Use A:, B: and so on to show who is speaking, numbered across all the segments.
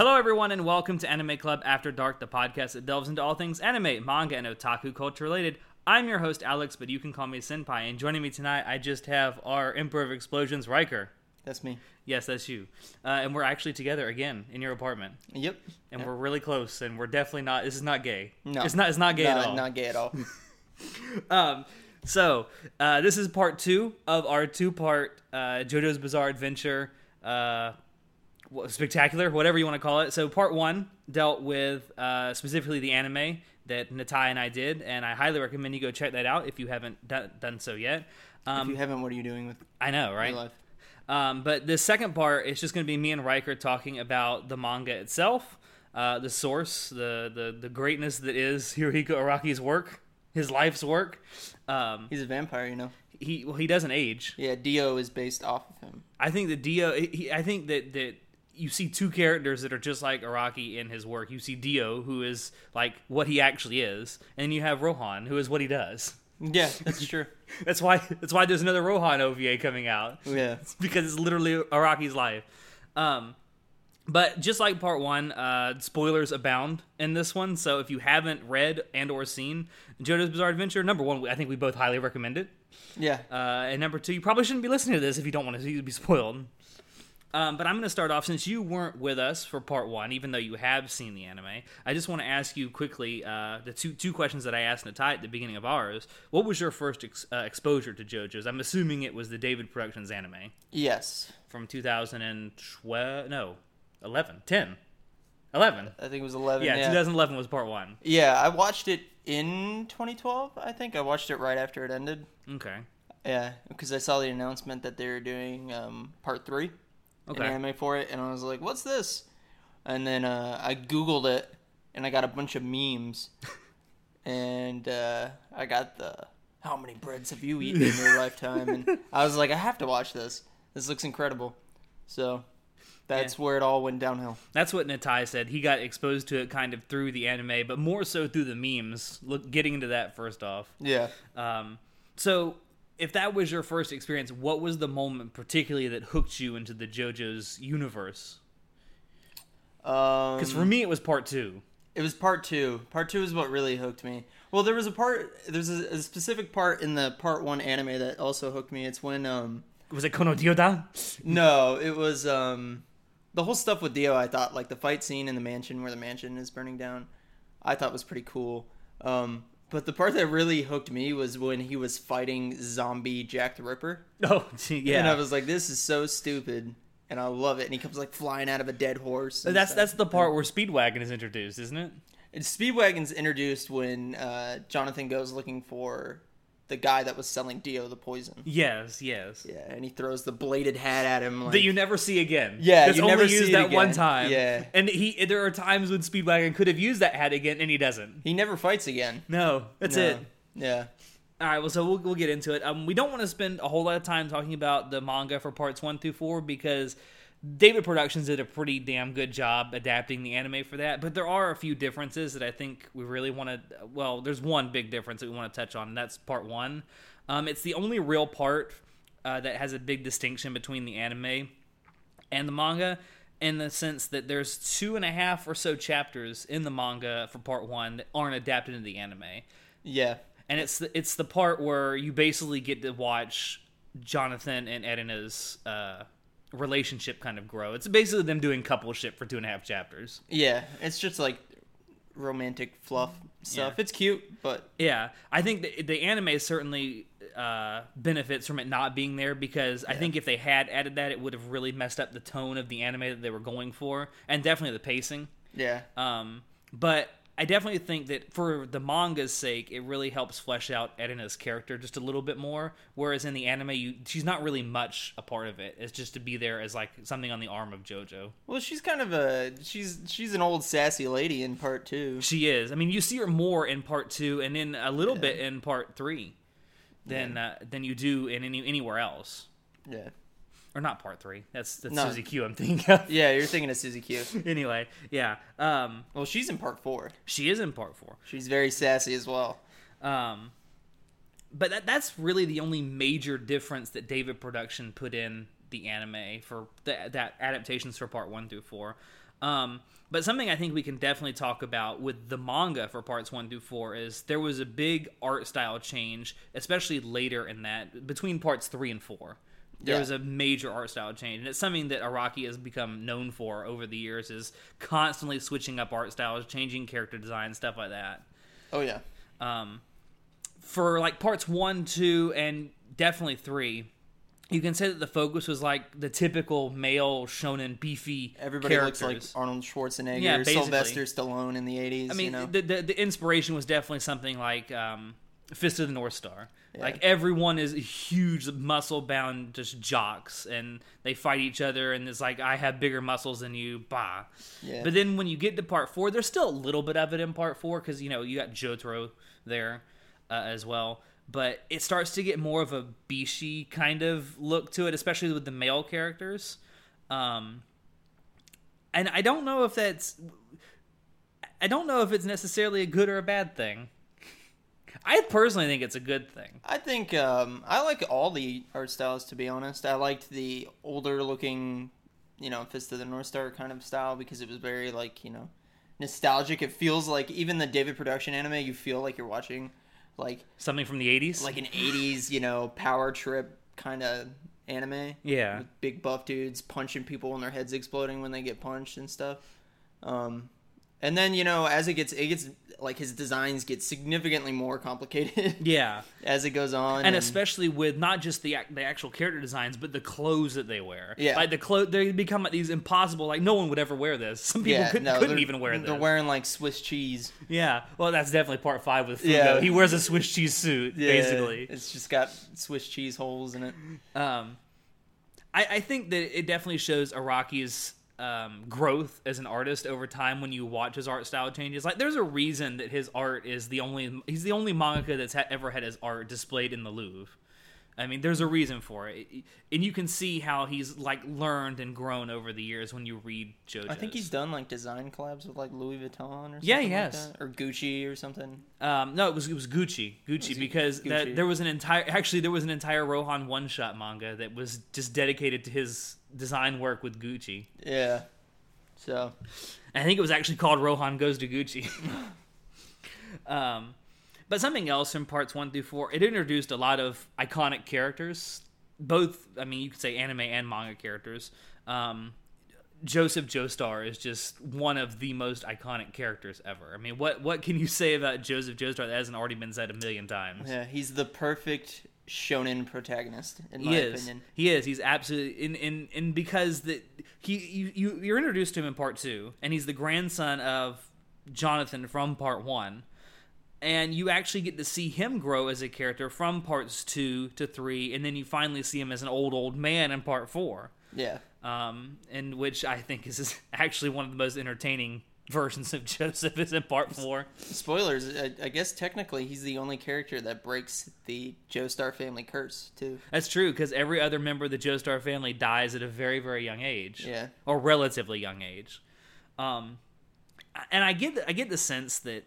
A: and welcome to Anime Club After Dark, the podcast that delves into all things anime, manga, and otaku culture related. I'm your host, Alex, but you can call me Senpai. And joining me tonight, I just have our Emperor of Explosions, Riker.
B: That's me.
A: Yes, that's you. Uh, and we're actually together again in your apartment.
B: Yep.
A: And
B: Yep.
A: we're really close, and we're definitely not. This is not gay.
B: No.
A: It's not, it's not gay
B: no,
A: at all.
B: Not gay at all.
A: Um, so uh, this is part two of our two-part uh, JoJo's Bizarre Adventure, uh, wha- spectacular, whatever you want to call it. So part one dealt with uh, specifically the anime that Natai and I did, and I highly recommend you go check that out if you haven't done, done so yet.
B: if
A: Um,
B: you haven't, what are you doing with
A: I know, right?
B: your life?
A: Um, but the second part is just going to be me and Riker talking about the manga itself, uh, the source, the, the the greatness that is Hirohiko Araki's work, his life's work. Um,
B: He's a vampire, you know.
A: he well, he doesn't age.
B: Yeah, Dio is based off of him.
A: I think the Dio. He, I think that that you see two characters that are just like Araki in his work. You see Dio, who is like what he actually is, and you have Rohan, who is what he does.
B: Yeah, that's true.
A: That's why. That's why there's another Rohan OVA coming out.
B: Yeah.
A: because it's literally Araki's life. Um, but just like part one, uh, spoilers abound in this one. So if you haven't read and or seen JoJo's Bizarre Adventure, number one, I think we both highly recommend it.
B: Yeah.
A: Uh, and number two, you probably shouldn't be listening to this if you don't want to be spoiled. Um, but I'm going to start off since you weren't with us for part one, even though you have seen the anime. I just want to ask you quickly uh, the two two questions that I asked Natai at the beginning of ours. What was your first ex- uh, exposure to JoJo's? I'm assuming it was the David Productions anime
B: yes.
A: from 2012 no 11 10 11
B: I think it was 11.
A: yeah,
B: Yeah. Yeah,
A: 2011 was part one
B: I watched it in 2012, I think. I watched it right after it ended.
A: okay
B: Yeah, because I saw the announcement that they were doing um, part three,
A: Okay.
B: an anime for it, and I was like, "What's this?" And then uh, I Googled it, and I got a bunch of memes, and uh, I got the "How many breads have you eaten in your lifetime?" And I was like, "I have to watch this. This looks incredible." So that's where it all went downhill.
A: that's what natai said he got exposed to it kind of through the anime but more so through the memes look getting into that first off
B: Yeah.
A: um, so if that was your first experience what was the moment particularly that hooked you into the jojo's universe
B: Um,
A: because for me it was part two
B: It was part two. Part two is what really hooked me. Well, there was a part. There's a, a specific part in the part one anime that also hooked me. It's when um
A: was it kono dioda
B: no, it was um the whole stuff with Dio. I thought like the fight scene in the mansion where the mansion is burning down. I thought was pretty cool. Um, but the part that really hooked me was when he was fighting zombie Jack the Ripper,
A: oh gee, yeah
B: and I was like, this is so stupid, and I love it. And he comes like flying out of a dead horse. and
A: that's
B: stuff.
A: that's the part where speedwagon is introduced isn't it
B: And Speedwagon's introduced when uh, Jonathan goes looking for the guy that was selling Dio the poison.
A: yes yes
B: Yeah, and he throws the bladed hat at him. Like,
A: that you never see again.
B: Yeah,
A: that's
B: you
A: only
B: never
A: used
B: see
A: that
B: it
A: one
B: again.
A: time.
B: Yeah.
A: and he there are times when Speedwagon could have used that hat again, and he doesn't.
B: he never fights again.
A: No, that's
B: No.
A: it.
B: Yeah.
A: All right, well, so we'll, we'll get into it. Um, we don't want to spend a whole lot of time talking about the manga for parts one through four because David Productions did a pretty damn good job adapting the anime for that. But there are a few differences that I think we really want to. Well, there's one big difference that we want to touch on, and that's part one. Um, it's the only real part uh, that has a big distinction between the anime and the manga in the sense that there's two and a half or so chapters in the manga for part one that aren't adapted into the anime
B: Yeah.
A: and it's the, it's the part where you basically get to watch Jonathan and Edna's uh, relationship kind of grow. It's basically them doing couple shit for two and a half chapters.
B: Yeah. It's just like romantic fluff stuff.
A: Yeah.
B: It's cute, but
A: Yeah, I think the, the anime certainly uh, benefits from it not being there because I think if they had added that, it would have really messed up the tone of the anime that they were going for, and definitely the pacing.
B: yeah.
A: Um, but I definitely think that for the manga's sake, it really helps flesh out Edina's character just a little bit more. Whereas in the anime, you, she's not really much a part of it. It's just to be there as like something on the arm of JoJo.
B: Well, she's kind of a she's she's an old sassy lady in part two.
A: She is. I mean, you see her more in part two, and then a little bit in part three, than uh, than you do in any anywhere else.
B: Yeah.
A: Or not part three. That's that's
B: No.
A: Suzy Q. I'm thinking of.
B: Yeah, you're thinking of Susie Q.
A: anyway, yeah. Um,
B: Well, she's in part four.
A: she is in part four.
B: She's very sassy as well.
A: Um, but that, that's really the only major difference that David Production put in the anime for the, that adaptations for part one through four. Um, but something I think we can definitely talk about with the manga for parts one through four is there was a big art style change, especially later in that between parts three and four. There
B: Yeah.
A: was a major art style change, and it's something that Araki has become known for over the years is constantly switching up art styles, changing character design, stuff like that
B: Oh yeah.
A: for like parts one, two, and definitely three, you can say that the focus was like the typical male shonen beefy.
B: Everybody
A: characters.
B: looks like Arnold Schwarzenegger,
A: Yeah, basically.
B: Sylvester Stallone in the '80s.
A: I mean,
B: you know?
A: the, the the inspiration was definitely something like um, Fist of the North Star.
B: Yeah.
A: Like everyone is huge, muscle bound, just jocks, and they fight each other. And it's like I have bigger muscles than you, bah.
B: Yeah.
A: But then when you get to part four, there's still a little bit of it in part four because you know you got Jotaro there uh, as well. But it starts to get more of a bishi kind of look to it, especially with the male characters. Um, and I don't know if that's I don't know if it's necessarily a good or a bad thing. I personally think it's a good thing.
B: I think um, I like all the art styles. To be honest, I liked the older looking, you know, Fist of the North Star kind of style because it was very like you know, nostalgic. It feels like even the David Production anime, you feel like you're watching like
A: Something from the 80s?
B: like an '80s, you know, power trip kind of anime.
A: yeah.
B: with big buff dudes punching people and their heads exploding when they get punched and stuff. Um, and then you know, as it gets, it gets like his designs get significantly more complicated
A: Yeah.
B: as it goes on,
A: And especially with not just the ac- the actual character designs, but the clothes that they wear.
B: Yeah.
A: Like the clothes, they become like these impossible, like no one would ever wear this. Some people
B: yeah,
A: could,
B: no,
A: couldn't
B: they're-
A: even wear this.
B: They're wearing like Swiss cheese,
A: yeah. Well, that's definitely part five with Fugo.
B: Yeah.
A: He wears a Swiss cheese suit,
B: Yeah,
A: basically.
B: It's just got Swiss cheese holes in it.
A: Um, I, I think that it definitely shows Araki's um, growth as an artist over time when you watch his art style changes. Like, there's a reason that his art is the only he's the only mangaka that's ha- ever had his art displayed in the Louvre. I mean, there's a reason for it, and you can see how he's like learned and grown over the years when you read JoJo.
B: I think he's done like design collabs with like Louis Vuitton or something
A: Yeah, he
B: like
A: has.
B: that, or Gucci or something.
A: Um, no, it was it was Gucci, Gucci,
B: Was it
A: because That,
B: Gucci?
A: there was an entire actually there was an entire Rohan one shot manga that was just dedicated to his design work with Gucci.
B: Yeah. So
A: I think it was actually called Rohan Goes to Gucci. um, but something else in parts one through four, it introduced a lot of iconic characters. Both, I mean, you could say anime and manga characters. Um, Joseph Joestar is just one of the most iconic characters ever. I mean, what what can you say about Joseph Joestar that hasn't already been said a million times?
B: yeah, he's the perfect shonen protagonist in my
A: He is.
B: opinion.
A: He is. He's absolutely in in and because that he you, you you're introduced to him in part two, and he's the grandson of Jonathan from part one, and you actually get to see him grow as a character from parts two to three, and then you finally see him as an old old man in part four,
B: Yeah.
A: um, and which I think is, is actually one of the most entertaining versions of Joseph is in part four.
B: Spoilers. I, I guess technically he's the only character that breaks the Joestar family curse too.
A: That's true because every other member of the Joestar family dies at a very, very young age.
B: Yeah.
A: or relatively young age. Um, and I get I get the sense that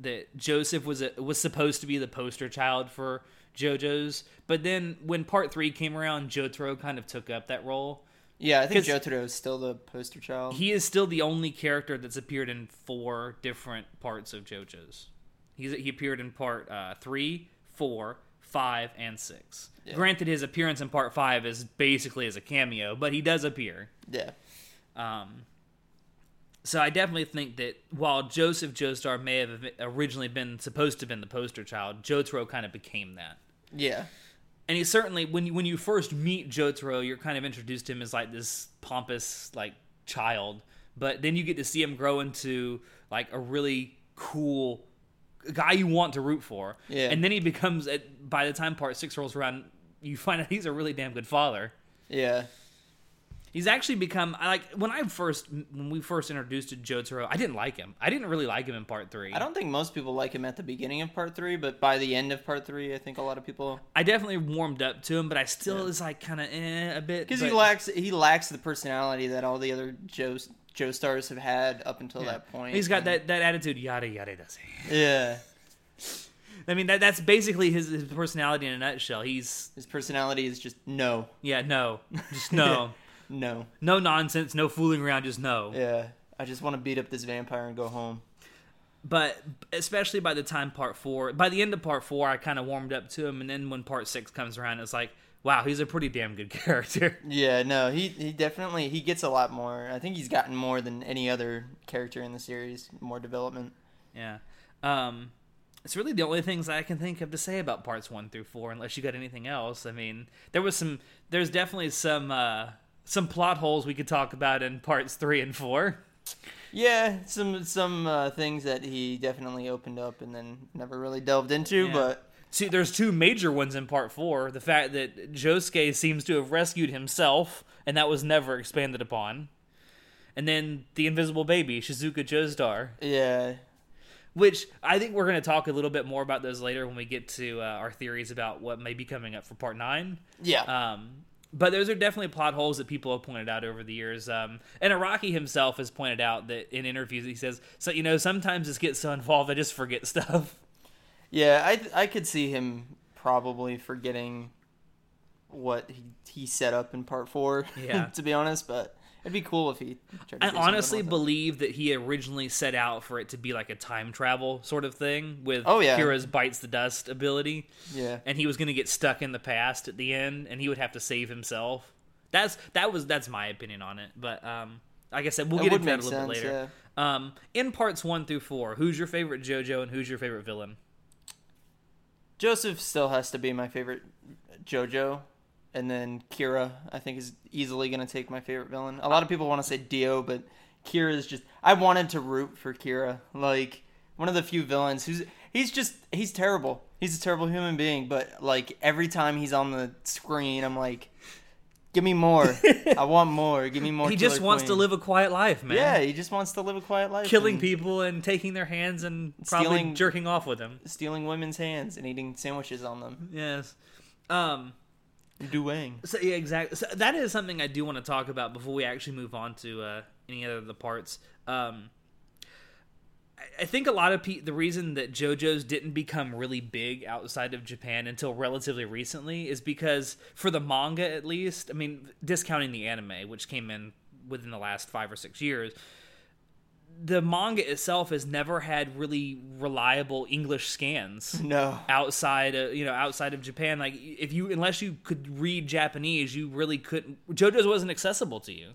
A: that Joseph was a, was supposed to be the poster child for JoJo's, but then when Part Three came around, Jotaro kind of took up that role.
B: Yeah, I think
A: 'Cause-
B: Jotaro is still the poster child.
A: He is still the only character that's appeared in four different parts of JoJo's. He's, he appeared in part uh, three, four, five, and six.
B: Yeah.
A: Granted, his appearance in part five is basically as a cameo, but he does appear.
B: yeah.
A: Um, so I definitely think that while Joseph Joestar may have originally been supposed to have been the poster child, Jotaro kind of became that.
B: Yeah.
A: And he certainly, when you, when you first meet Jotaro, you're kind of introduced to him as like this pompous like child, but then you get to see him grow into like a really cool guy you want to root for.
B: Yeah.
A: And then he becomes, at, by the time part six rolls around, you find out he's a really damn good father.
B: Yeah.
A: He's actually become I like when I first when we first introduced to Jotaro, I didn't like him. I didn't really like him in part three.
B: I don't think most people like him at the beginning of part three, but by the end of part three, I think a lot of people
A: I definitely warmed up to him, but I still is like kind of eh, a bit
B: because he
A: but-
B: lacks he lacks the personality that all the other Joe Joe stars have had up until that point.
A: He's got
B: And-
A: that, that attitude, yada yada. Does he?
B: Yeah,
A: I mean, that that's basically his, his personality in a nutshell. He's
B: his personality is just no,
A: yeah, no, just no,
B: no.
A: no nonsense, no fooling around, just no.
B: Yeah, I just want to beat up this vampire and go home.
A: but especially by the time part four, by the end of part four, I kind of warmed up to him, and then when part six comes around, it's like, wow, he's a pretty damn good character.
B: Yeah, no, he he definitely he gets a lot more. I think he's gotten more than any other character in the series, more development.
A: yeah, um, it's really the only things I can think of to say about parts one through four, unless you got anything else. I mean, there was some, there's definitely some uh, some plot holes we could talk about in parts three and four.
B: Yeah, some some uh, things that he definitely opened up and then never really delved into,
A: Yeah.
B: but
A: See, there's two major ones in part four. The fact that Josuke seems to have rescued himself, and that was never expanded upon. And then the invisible baby, Shizuka Joestar,
B: yeah,
A: which I think we're going to talk a little bit more about those later when we get to uh, our theories about what may be coming up for part nine.
B: yeah,
A: Um, but those are definitely plot holes that people have pointed out over the years. Um, and Iraqi himself has pointed out that in interviews, he says, So, you know, sometimes this gets so involved, I just forget stuff.
B: yeah. I I could see him probably forgetting what he he set up in part four.
A: Yeah.
B: to be honest, but it'd be cool if he. Tried to
A: I
B: do something
A: honestly
B: with it.
A: believe that he originally set out for it to be like a time travel sort of thing with
B: Oh, yeah.
A: Kira's bites the dust ability,
B: yeah,
A: and he was going to get stuck in the past at the end, and he would have to save himself. That's that was that's my opinion on it. But um, like I said, we'll
B: That
A: get
B: would
A: into that a little
B: make
A: bit
B: sense,
A: later. Um, in parts one through four, who's your favorite JoJo and who's your favorite villain?
B: Joseph still has to be my favorite JoJo, and then Kira I think is easily gonna take my favorite villain. A lot of people want to say Dio, but Kira is just. I wanted to root for Kira, like one of the few villains who's he's just he's terrible. He's a terrible human being, but like every time he's on the screen, I'm like, give me more. I want more. Give me more.
A: He just
B: Killer
A: wants to
B: Queen."
A: live a quiet life, man.
B: Yeah, he just wants to live a quiet life.
A: Killing
B: and
A: people and taking their hands and probably
B: Stealing-
A: jerking off with them.
B: stealing women's hands, and eating sandwiches on them.
A: Yes. Um,
B: Duang.
A: So yeah, exactly. So that is something I do want to talk about before we actually move on to uh, any other of the parts. Um, I, I think a lot of pe- the reason that JoJo's didn't become really big outside of Japan until relatively recently is because for the manga, at least, I mean, discounting the anime, which came in within the last five or six years. The manga itself has never had really reliable English scans
B: No.
A: outside of you know outside of Japan like if you unless you could read Japanese you really couldn't JoJo's wasn't accessible to you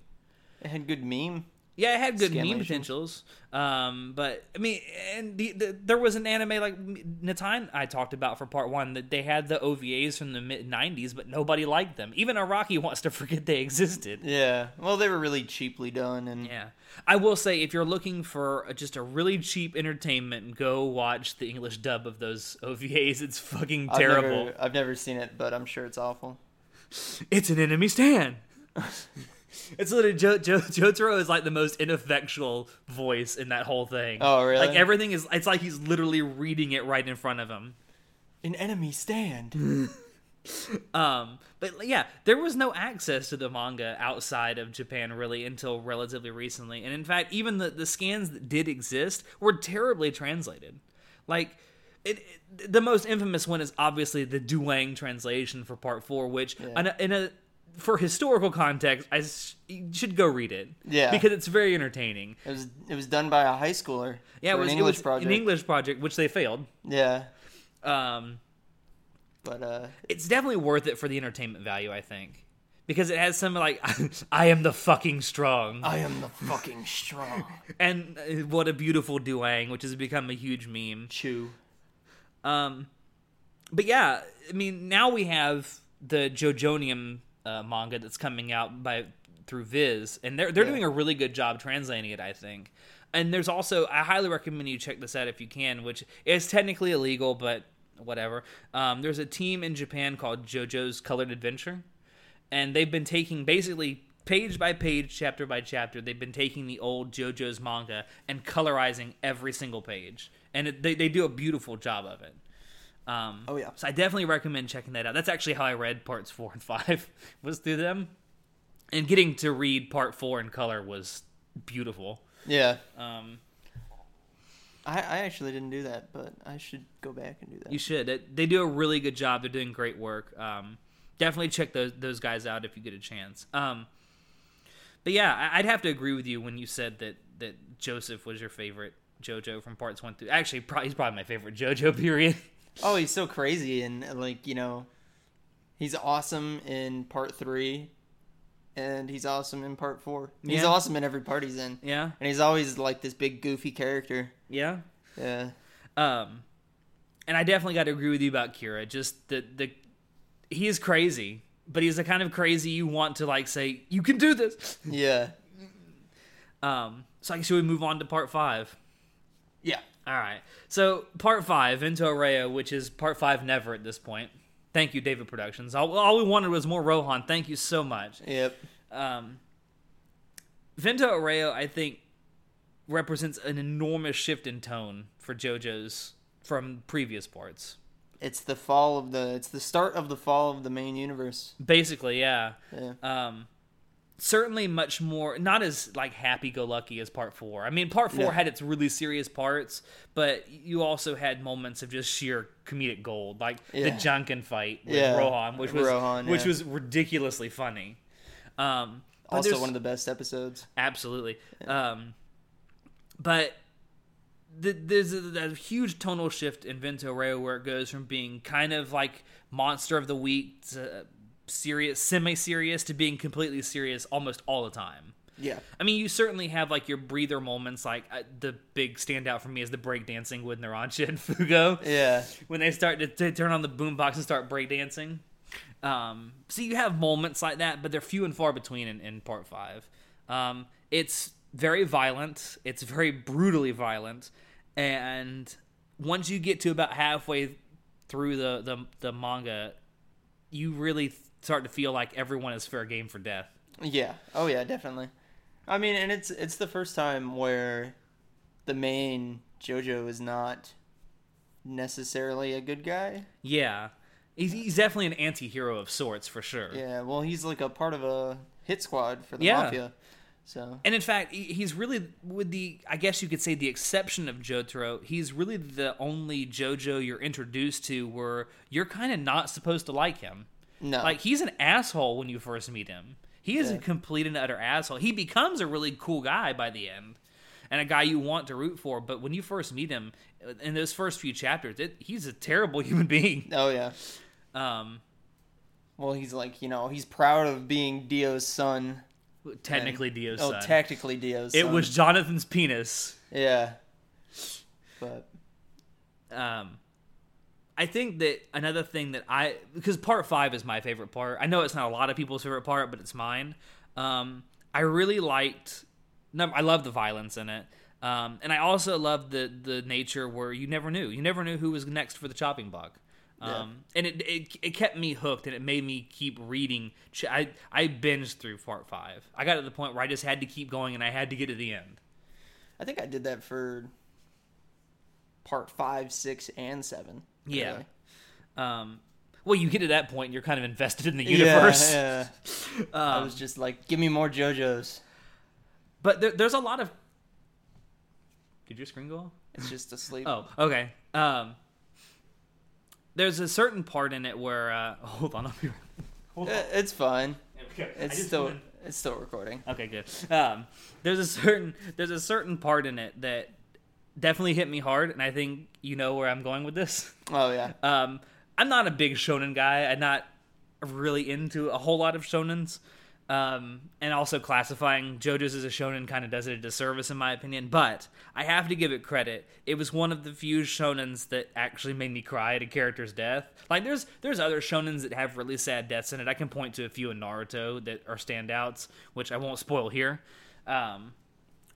B: It had good meme.
A: yeah it had good meme
B: Scanlation.
A: potentials um but I mean and the, the, there was an anime like Natan I talked about for part one that they had the OVAs from the mid 90s but nobody liked them even Iraqi wants to forget they existed
B: Yeah. Well, they were really cheaply done, and
A: yeah I will say if you're looking for a, just a really cheap entertainment go watch the English dub of those OVAs it's fucking
B: I've
A: terrible
B: Never, I've never seen it, but I'm sure it's awful.
A: it's an enemy stand. it's literally jo- jo- Jotaro is like the most ineffectual voice in that whole thing.
B: Oh, really?
A: Like everything is. It's like he's literally reading it right in front of him.
B: An enemy stand.
A: Um, but yeah, there was no access to the manga outside of Japan really until relatively recently. And in fact, even the, the scans that did exist were terribly translated. Like, it, it- the most infamous one is obviously the Duang translation for Part 4, which, in, a, in a for historical context, I s- you should go read it.
B: Yeah.
A: Because it's very entertaining.
B: it was. It was done by a high schooler.
A: Yeah,
B: for
A: it was,
B: an
A: it was
B: English project.
A: an English project, which they failed.
B: yeah,
A: Um,
B: but uh,
A: it's definitely worth it for the entertainment value, I think, because it has some like I am the fucking strong,
B: I am the fucking strong.
A: and uh, what a beautiful duang, which has become a huge meme.
B: Chew.
A: Um, but yeah, I mean, now we have the Jojonium uh, manga that's coming out by through Viz, and they're they're doing a really good job translating it, I think. And there's also I highly recommend you check this out if you can, which is technically illegal, but whatever. Um, there's a team in Japan called JoJo's Colored Adventure, and they've been taking basically page by page, chapter by chapter, they've been taking the old JoJo's manga and colorizing every single page, and it, they they do a beautiful job of it. Um,
B: Oh, yeah.
A: So I definitely recommend checking that out. That's actually how I read parts four and five was through them, and getting to read part four in color was beautiful.
B: Yeah,
A: Um,
B: I, I actually didn't do that, but I should go back and do that.
A: you should. It- They do a really good job. They're doing great work. Um, definitely check those those guys out if you get a chance. Um, but yeah, I- I'd have to agree with you when you said that that Joseph was your favorite JoJo from parts one through. Actually, probably, he's probably my favorite JoJo. Period.
B: Oh, he's so crazy and like you know, he's awesome in part three, and he's awesome in part four. He's
A: Yeah.
B: awesome in every part he's in,
A: yeah,
B: and he's always like this big goofy character.
A: yeah.
B: Yeah,
A: Um, and I definitely got to agree with you about Kira. Just the the he is crazy, but he's the kind of crazy you want to like say you can do this.
B: yeah,
A: Um, so I guess we move on to part five.
B: yeah.
A: All right. So part five, Into Araya, which is part five never at this point. Thank you, David Productions. All, all we wanted was more Rohan. Thank you so much.
B: Yep.
A: Um, Vento Areo, I think, represents an enormous shift in tone for JoJo's from previous parts.
B: It's the fall of the. It's the start of the fall of the main universe.
A: Basically, yeah.
B: Yeah.
A: Um, certainly much more, not as like happy-go-lucky as Part Four. I mean, Part Four
B: Yeah.
A: had its really serious parts, but you also had moments of just sheer comedic gold, like the
B: Yeah.
A: Junkin fight with
B: Yeah.
A: Rohan, which was
B: Rohan,
A: which
B: yeah.
A: was ridiculously funny. Um, but
B: also
A: there's-
B: one of the best episodes.
A: Absolutely. Um, but th- there's a, a huge tonal shift in Vento Reo where it goes from being kind of like monster of the week to serious, semi-serious to being completely serious almost all the time.
B: Yeah.
A: I mean, you certainly have like your breather moments. Like uh, the big standout for me is the breakdancing with Narancia and Fugo
B: Yeah.
A: when they start to, to turn on the boombox and start breakdancing. Um, so you have moments like that, but they're few and far between in, in part five. Um, it's very violent. It's very brutally violent, and once you get to about halfway through the the, the manga, you really start to feel like everyone is fair game for death.
B: Yeah. Oh yeah, definitely. I mean, and it's it's the first time where the main JoJo is not necessarily a good guy.
A: Yeah, he's, he's definitely an anti-hero of sorts for sure.
B: Yeah. Well, he's like a part of a hit squad for the
A: Yeah.
B: mafia. So
A: And in fact, he- he's really with the I guess you could say the exception of Jotaro, he's really the only JoJo you're introduced to where you're kind of not supposed to like him.
B: no.
A: Like he's an asshole when you first meet him. He is a
B: Oh. Yeah.
A: complete and utter asshole. He becomes a really cool guy by the end. And a guy you want to root for, but when you first meet him uh, in those first few chapters, it, he's a terrible human being.
B: oh yeah.
A: Um,
B: Well, he's like you know he's proud of being Dio's son.
A: technically, Dio's
B: Oh,
A: son.
B: technically Dio's.
A: it
B: son.
A: was Jonathan's penis.
B: Yeah. But
A: um I think that another thing that I because part 5 is my favorite part. I know it's not a lot of people's favorite part, but it's mine. Um I really liked num I love the violence in it. Um and I also love the the nature where you never knew. You never knew who was next for the chopping block.
B: Yeah.
A: Um and it, it it kept me hooked and it made me keep reading. Ch- I I binged through part 5. I got to the point where I just had to keep going and I had to get to the end.
B: I think I did that for part five, six, and seven.
A: Yeah.
B: really.
A: Um well, you get to that point, and you're kind of invested in the universe. Um,
B: Yeah, yeah. I was just like, give me more JoJo's.
A: But there, there's a lot of. Did your screen go off?
B: It's just asleep.
A: Oh, okay. Um, there's a certain part in it where. Uh, hold on, I'll be right. Hold
B: I- It's fine.
A: There we go. I
B: It's
A: just
B: still
A: wanted-
B: it's still recording.
A: Okay, good. Um, there's a certain there's a certain part in it that definitely hit me hard, and I think you know where I'm going with this.
B: Oh yeah.
A: Um, I'm not a big shonen guy. I'm not really into a whole lot of shonens. Um, and also classifying JoJo's as a shonen kind of does it a disservice in my opinion. But I have to give it credit. It was one of the few shonens that actually made me cry at a character's death. Like there's there's other shonens that have really sad deaths in it. I can point to a few in Naruto that are standouts, which I won't spoil here. Um,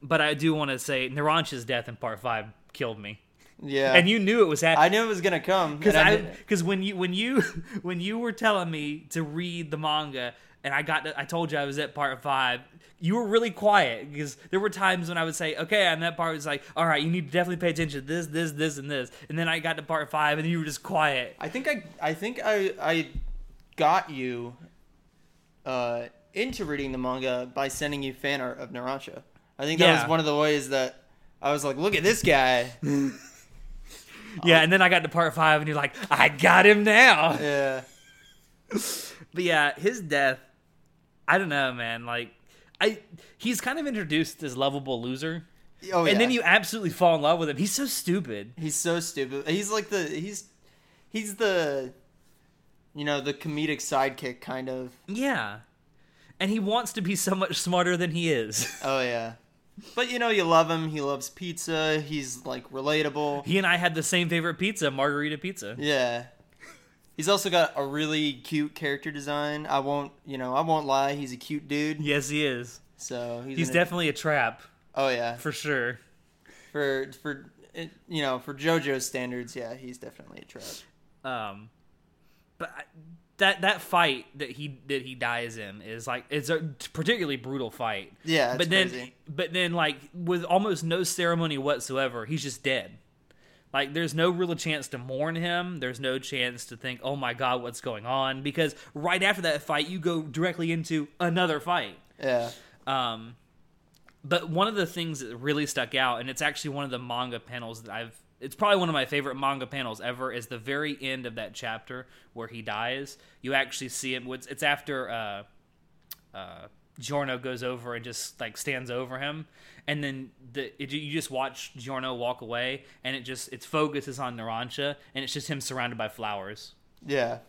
A: but I do want to say Naranja's death in part five killed me.
B: Yeah.
A: And you knew it was happening.
B: I knew it was gonna come.
A: Because
B: and
A: I
B: did-
A: because when you when you when you were telling me to read the manga and I got to, I told you I was at part five. You were really quiet because there were times when I would say, "Okay," and that part was like, "All right, you need to definitely pay attention to this, this, this, and this." And then I got to part five, and you were just quiet.
B: I think I I think I I got you uh into reading the manga by sending you fan art of Narancha. I think that
A: Yeah.
B: was one of the ways that I was like, look at this guy.
A: Yeah, and then I got to part five, and you're like, "I got him now."
B: yeah.
A: But yeah, his death, I don't know, man. Like, I he's kind of introduced as lovable loser,
B: Oh,
A: and then
B: yeah.
A: you absolutely fall in love with him. He's so stupid.
B: He's so stupid. He's like the he's he's the you know the comedic sidekick kind of.
A: Yeah. And he wants to be so much smarter than he is.
B: Oh yeah, but you know you love him. He loves pizza. He's like relatable.
A: he and I had the same favorite pizza, margarita pizza.
B: Yeah. He's also got a really cute character design. I won't, you know, I won't lie. He's a cute dude.
A: Yes, he is.
B: So he's,
A: He's
B: an-
A: definitely a trap,
B: Oh yeah,
A: for sure.
B: for for it- you know for JoJo's standards, yeah, he's definitely a trap.
A: Um, but I- that that fight that he that he dies in is like it's a particularly brutal fight.
B: Yeah, it's
A: but then
B: crazy.
A: but then like with almost no ceremony whatsoever, he's just dead. Like there's no real chance to mourn him. There's no chance to think, "Oh my god, what's going on?" Because right after that fight, you go directly into another fight.
B: Yeah.
A: Um, but one of the things that really stuck out, and it's actually one of the manga panels that I've. It's probably one of my favorite manga panels ever. Is the very end of that chapter where he dies. You actually see it. It's, it's after uh, uh, Giorno goes over and just like stands over him, and then the it, you just watch Giorno walk away, and it just its focus is on Narancia, and it's just him surrounded by flowers.
B: Yeah.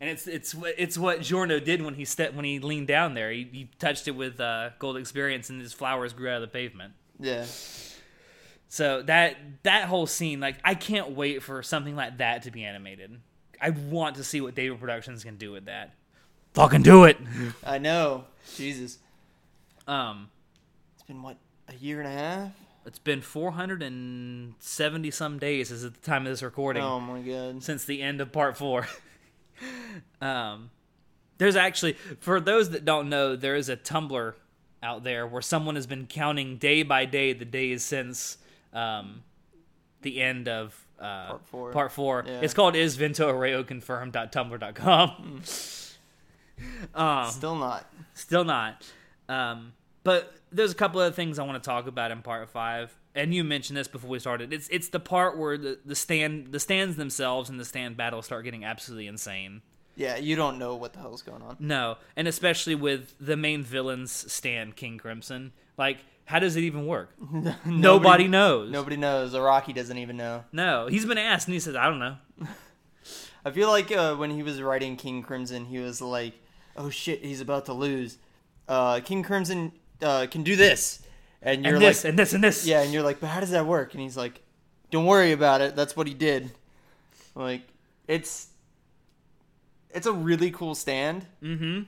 A: And it's it's what- it's what Giorno did when he stepped when he leaned down there. He, he touched it with uh, gold experience, and his flowers grew out of the pavement.
B: Yeah.
A: So that that whole scene, like I can't wait for something like that to be animated. I want to see what David Productions can do with that. Fucking do it.
B: I know. Jesus.
A: Um,
B: It's been what a year and a half.
A: it's been 470 some days as at the time of this recording.
B: Oh my god.
A: since the end of part four. um, there's actually, for those that don't know, there is a Tumblr out there where someone has been counting day by day the days since um, the end of uh,
B: Part four.
A: Part four.
B: Yeah. Mm.
A: It's called is Vento Arreo confirmed.tumblr.com. um,
B: Still not.
A: still not. Um, but there's a couple other things I want to talk about in part five. And you mentioned this before we started. It's it's the part where the, the stand the stands themselves and the stand battle start getting absolutely insane.
B: Yeah, you don't know what the hell's going on.
A: No, and especially with the main villain's stand King Crimson. Like, how does it even work? nobody, knows.
B: Nobody knows. Araki doesn't even know.
A: No, he's been asked, and he says, "I don't know."
B: I feel like uh, when he was writing King Crimson, he was like, "Oh shit, he's about to lose." Uh, King Crimson uh, can do this, and you're
A: And this,
B: like,
A: and this, and this.
B: "Yeah," and you're like, "But how does that work?" And he's like, "Don't worry about it. That's what he did." Like, it's it's a really cool stand,
A: Mm-hmm.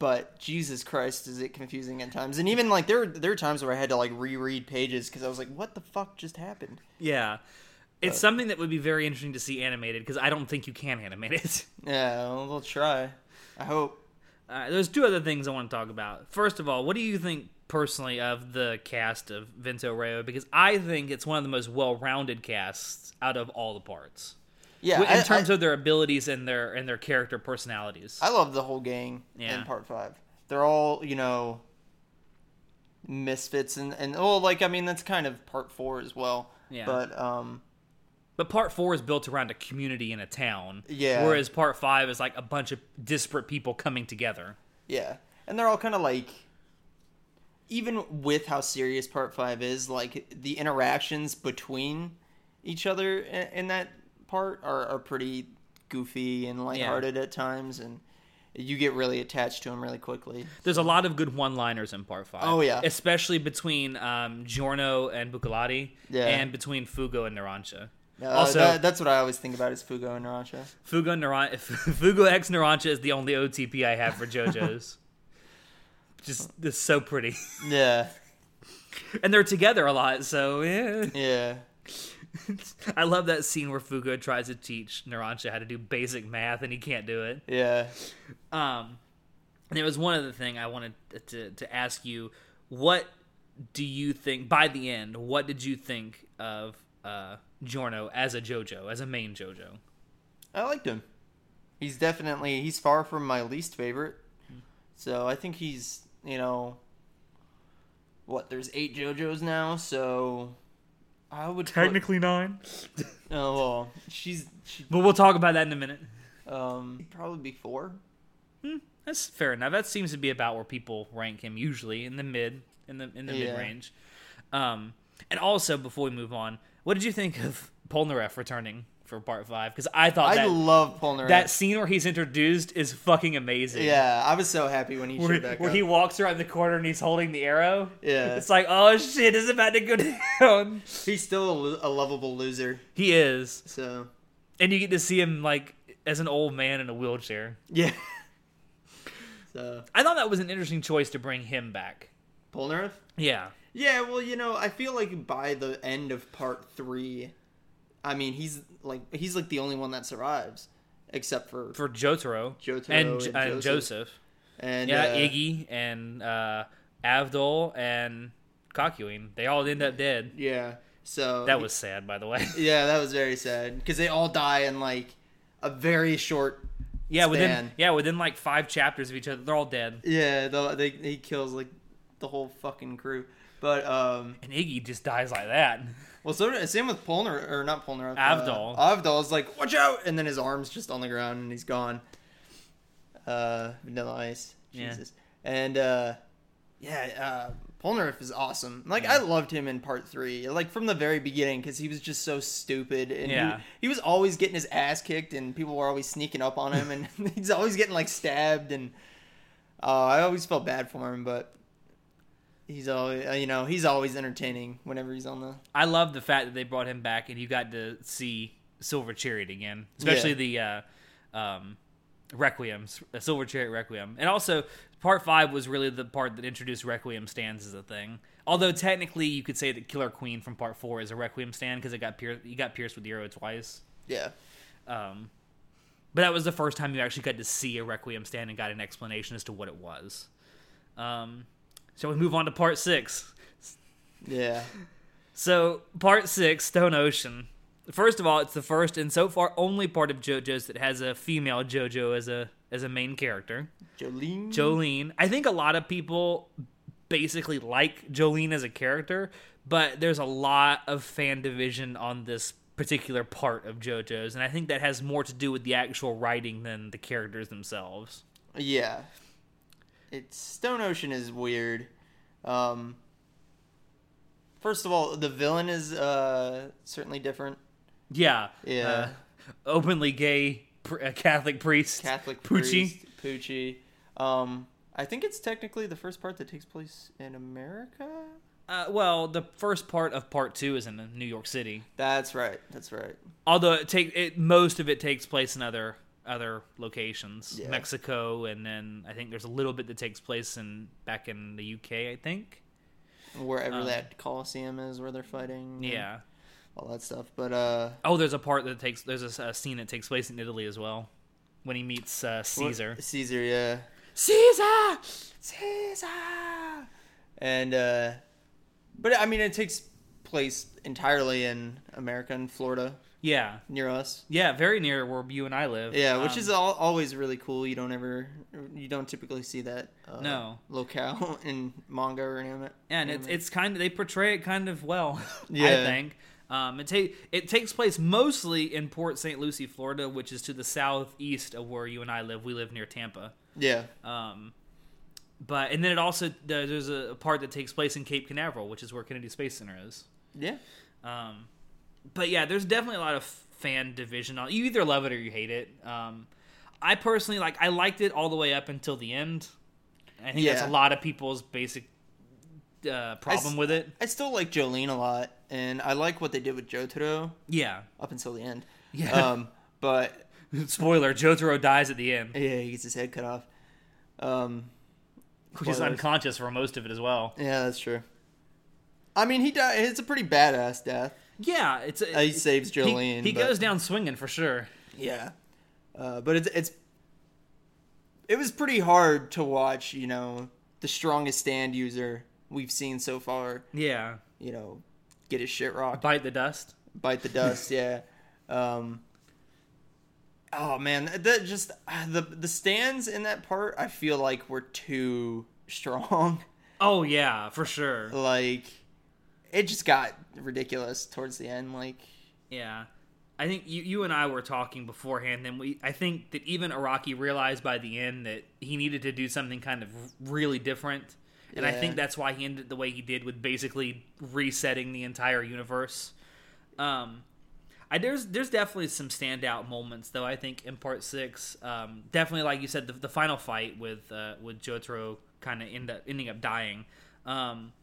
B: but Jesus Christ, is it confusing at times? And even like there were, there were times where I had to like reread pages because I was like, "What the fuck just happened?"
A: Yeah.
B: Uh,
A: It's something that would be very interesting to see animated because I don't think you can animate it.
B: Yeah, well, they'll try. I hope.
A: Uh, there's two other things I want to talk about. First of all, what do you think personally of the cast of Vento Reo? Because I think it's one of the most well-rounded casts out of all the parts
B: Yeah,
A: in
B: I-
A: terms
B: I-
A: of their abilities and their and their character personalities.
B: I love the whole gang
A: Yeah.
B: in part five. They're all, you know, misfits and, and well, like I mean that's kind of part four as well.
A: Yeah.
B: But um
A: but part four is built around a community in a town,
B: Yeah.
A: Whereas part five is like a bunch of disparate people coming together.
B: yeah. And they're all kinda like even with how serious part five is, like the interactions between each other in, in that part are, are pretty goofy and lighthearted at times and you get really attached to them really quickly.
A: There's a lot of good one-liners in part five.
B: Oh, yeah.
A: especially between um, Giorno and Bucalati,
B: Yeah.
A: and between Fugo and Narancha.
B: Uh,
A: Also-
B: that- that's what I always think about is Fugo and Ransha.
A: Fugo Naran- Fugo X Narancha is the only OTP I have for JoJo's. Just it's so pretty,
B: Yeah.
A: and they're together a lot. So yeah,
B: Yeah.
A: I love that scene where Fugo tries to teach Narancha how to do basic math, and he can't do it.
B: Yeah.
A: Um, and there was one other thing I wanted to to ask you: What do you think by the end? What did you think of uh, Giorno as a JoJo, as a main JoJo?
B: I liked him. He's definitely he's far from my least favorite. So I think he's you know what there's eight JoJos now, so I would put-
A: nine,
B: oh well, she's she,
A: but we'll talk about that in a minute.
B: um probably be four.
A: That's fair enough. That seems to be about where people rank him usually in the mid in the in the
B: Yeah.
A: mid range. Um, And also, before we move on, what did you think of Polnareff returning for part five? Because I thought
B: I
A: that
B: love Polnareff.
A: that scene where he's introduced is fucking amazing.
B: yeah, I was so happy when he showed
A: Where,
B: back
A: where
B: up.
A: he walks around the corner and he's holding the arrow.
B: Yeah.
A: It's like, oh shit, it's about to go down.
B: He's still a, lo- a lovable loser.
A: He is.
B: So
A: And you get to see him like as an old man in a wheelchair.
B: yeah. so
A: I thought that was an interesting choice to bring him back.
B: Polnareff.
A: Yeah.
B: Yeah, well, you know, I feel like by the end of part three, I mean, he's like he's like the only one that survives, except for,
A: For Jotaro.
B: Jotaro
A: and,
B: and
A: and
B: Joseph.
A: Joseph.
B: and
A: Yeah,
B: uh,
A: Iggy and uh, Avdol and Cockewing. They all end up dead.
B: Yeah, so
A: That was sad, by the way.
B: yeah, that was very sad because they all die in like a very short.
A: yeah, within
B: Stan.
A: yeah within like five chapters of each other, they're all dead.
B: Yeah, though they he kills like the whole fucking crew, but um,
A: And Iggy just dies like that.
B: well, so same with Polnar or not Polnar.
A: Avdol.
B: Uh, Avdol is like, watch out, and then his arms just on the ground and he's gone. Uh, Vanilla Ice,
A: Yeah.
B: Jesus, and uh, yeah, uh, Polnareff is awesome. Like I loved him in part three, like from the very beginning, because he was just so stupid, and he-
A: Yeah.
B: he, was always getting his ass kicked, and people were always sneaking up on him, and he's always getting like stabbed, and uh, I always felt bad for him, but. He's always, uh, you know, he's always entertaining whenever he's on the.
A: I love the fact that they brought him back and you got to see Silver Chariot again, especially the uh, um, Requiem, uh, Silver Chariot Requiem. And also, part five was really the part that introduced Requiem stands as a thing. Although technically, you could say that Killer Queen from part four is a Requiem stand because it got pier- you got pierced with the arrow twice.
B: Yeah.
A: Um, but that was the first time you actually got to see a Requiem stand and got an explanation as to what it was. Um, so we move on to part six.
B: Yeah.
A: So, part six, Stone Ocean. First of all, it's the first and so far only part of JoJo's that has a female JoJo as a as a main character.
B: Mm-hmm. Jolene.
A: Jolene. I think a lot of people basically like Jolene as a character, but there's a lot of fan division on this particular part of JoJo's, and I think that has more to do with the actual writing than the characters themselves.
B: Yeah. It's Stone Ocean is weird. Um First of all, the villain is uh certainly different.
A: Yeah.
B: Yeah.
A: Uh, openly gay pr- uh, Catholic priest.
B: Catholic
A: Poochie.
B: priest, Poochie. Um I think it's technically the first part that takes place in America.
A: Uh, well, the first part of part two is in New York City,
B: That's right. That's right.
A: although it take it, most of it takes place in other other locations,
B: Yeah.
A: Mexico, and then I think there's a little bit that takes place in back in the UK. I think,
B: Wherever that Coliseum is where they're fighting. and
A: Um. yeah.
B: All that stuff. But uh
A: Oh, there's a part that takes there's a, s- a scene that takes place in Italy as well when he meets uh, Caesar.
B: Caesar, yeah.
A: Caesar.
B: Caesar. And uh but I mean it takes place entirely in America and Florida
A: Yeah,
B: near us.
A: yeah, very near where you and I live.
B: Yeah, which
A: Um,
B: is all, always really cool. You don't ever you don't typically see that uh,
A: No.
B: locale in manga or anime.
A: and it's it's kind of they portray it kind of well. I
B: Yeah.
A: think um, it ta- it takes place mostly in Port St. Lucie, Florida, which is to the southeast of where you and I live. We live near Tampa,
B: yeah.
A: um, but and then it also there- there's a, a part that takes place in Cape Canaveral, which is where Kennedy Space Center is.
B: Yeah.
A: Um, but yeah, there's definitely a lot of fan division. On you either love it or you hate it. Um, I personally like I liked it all the way up until the end. I think that's
B: Yeah.
A: a lot of people's basic uh, problem with it.
B: I still like Jolene a lot and I like what they did with Jotaro
A: Yeah.
B: up until the end.
A: Yeah.
B: Um but
A: Spoiler: Jotaro dies at the end,
B: yeah, he gets his head cut off. Um
A: which is
B: spoilers.
A: unconscious for most of it as well.
B: Yeah, that's true. I mean, he died. It's a pretty badass death.
A: Yeah, it's
B: Uh, he saves
A: he-
B: Jolene.
A: He,
B: but-
A: goes down swinging for sure.
B: Yeah, uh, but it's it's it was pretty hard to watch. You know, the strongest stand user we've seen so far.
A: Yeah,
B: You know, get his shit rocked,
A: bite the dust.
B: bite the dust. yeah. Um, oh man, that just ah, the the stands in that part. I feel like were too strong.
A: Oh yeah, for sure.
B: like it just got ridiculous towards the end like
A: Yeah, I think you you and I were talking beforehand, and we I think that even Araki realized by the end that he needed to do something kind of really different. and I
B: Yeah.
A: think that's why he ended the way he did with basically resetting the entire universe. Um, I, there's there's definitely some standout moments though. I think in part six, um, definitely like you said, the, the final fight with uh, with Jotaro kind of end up ending up dying. Um,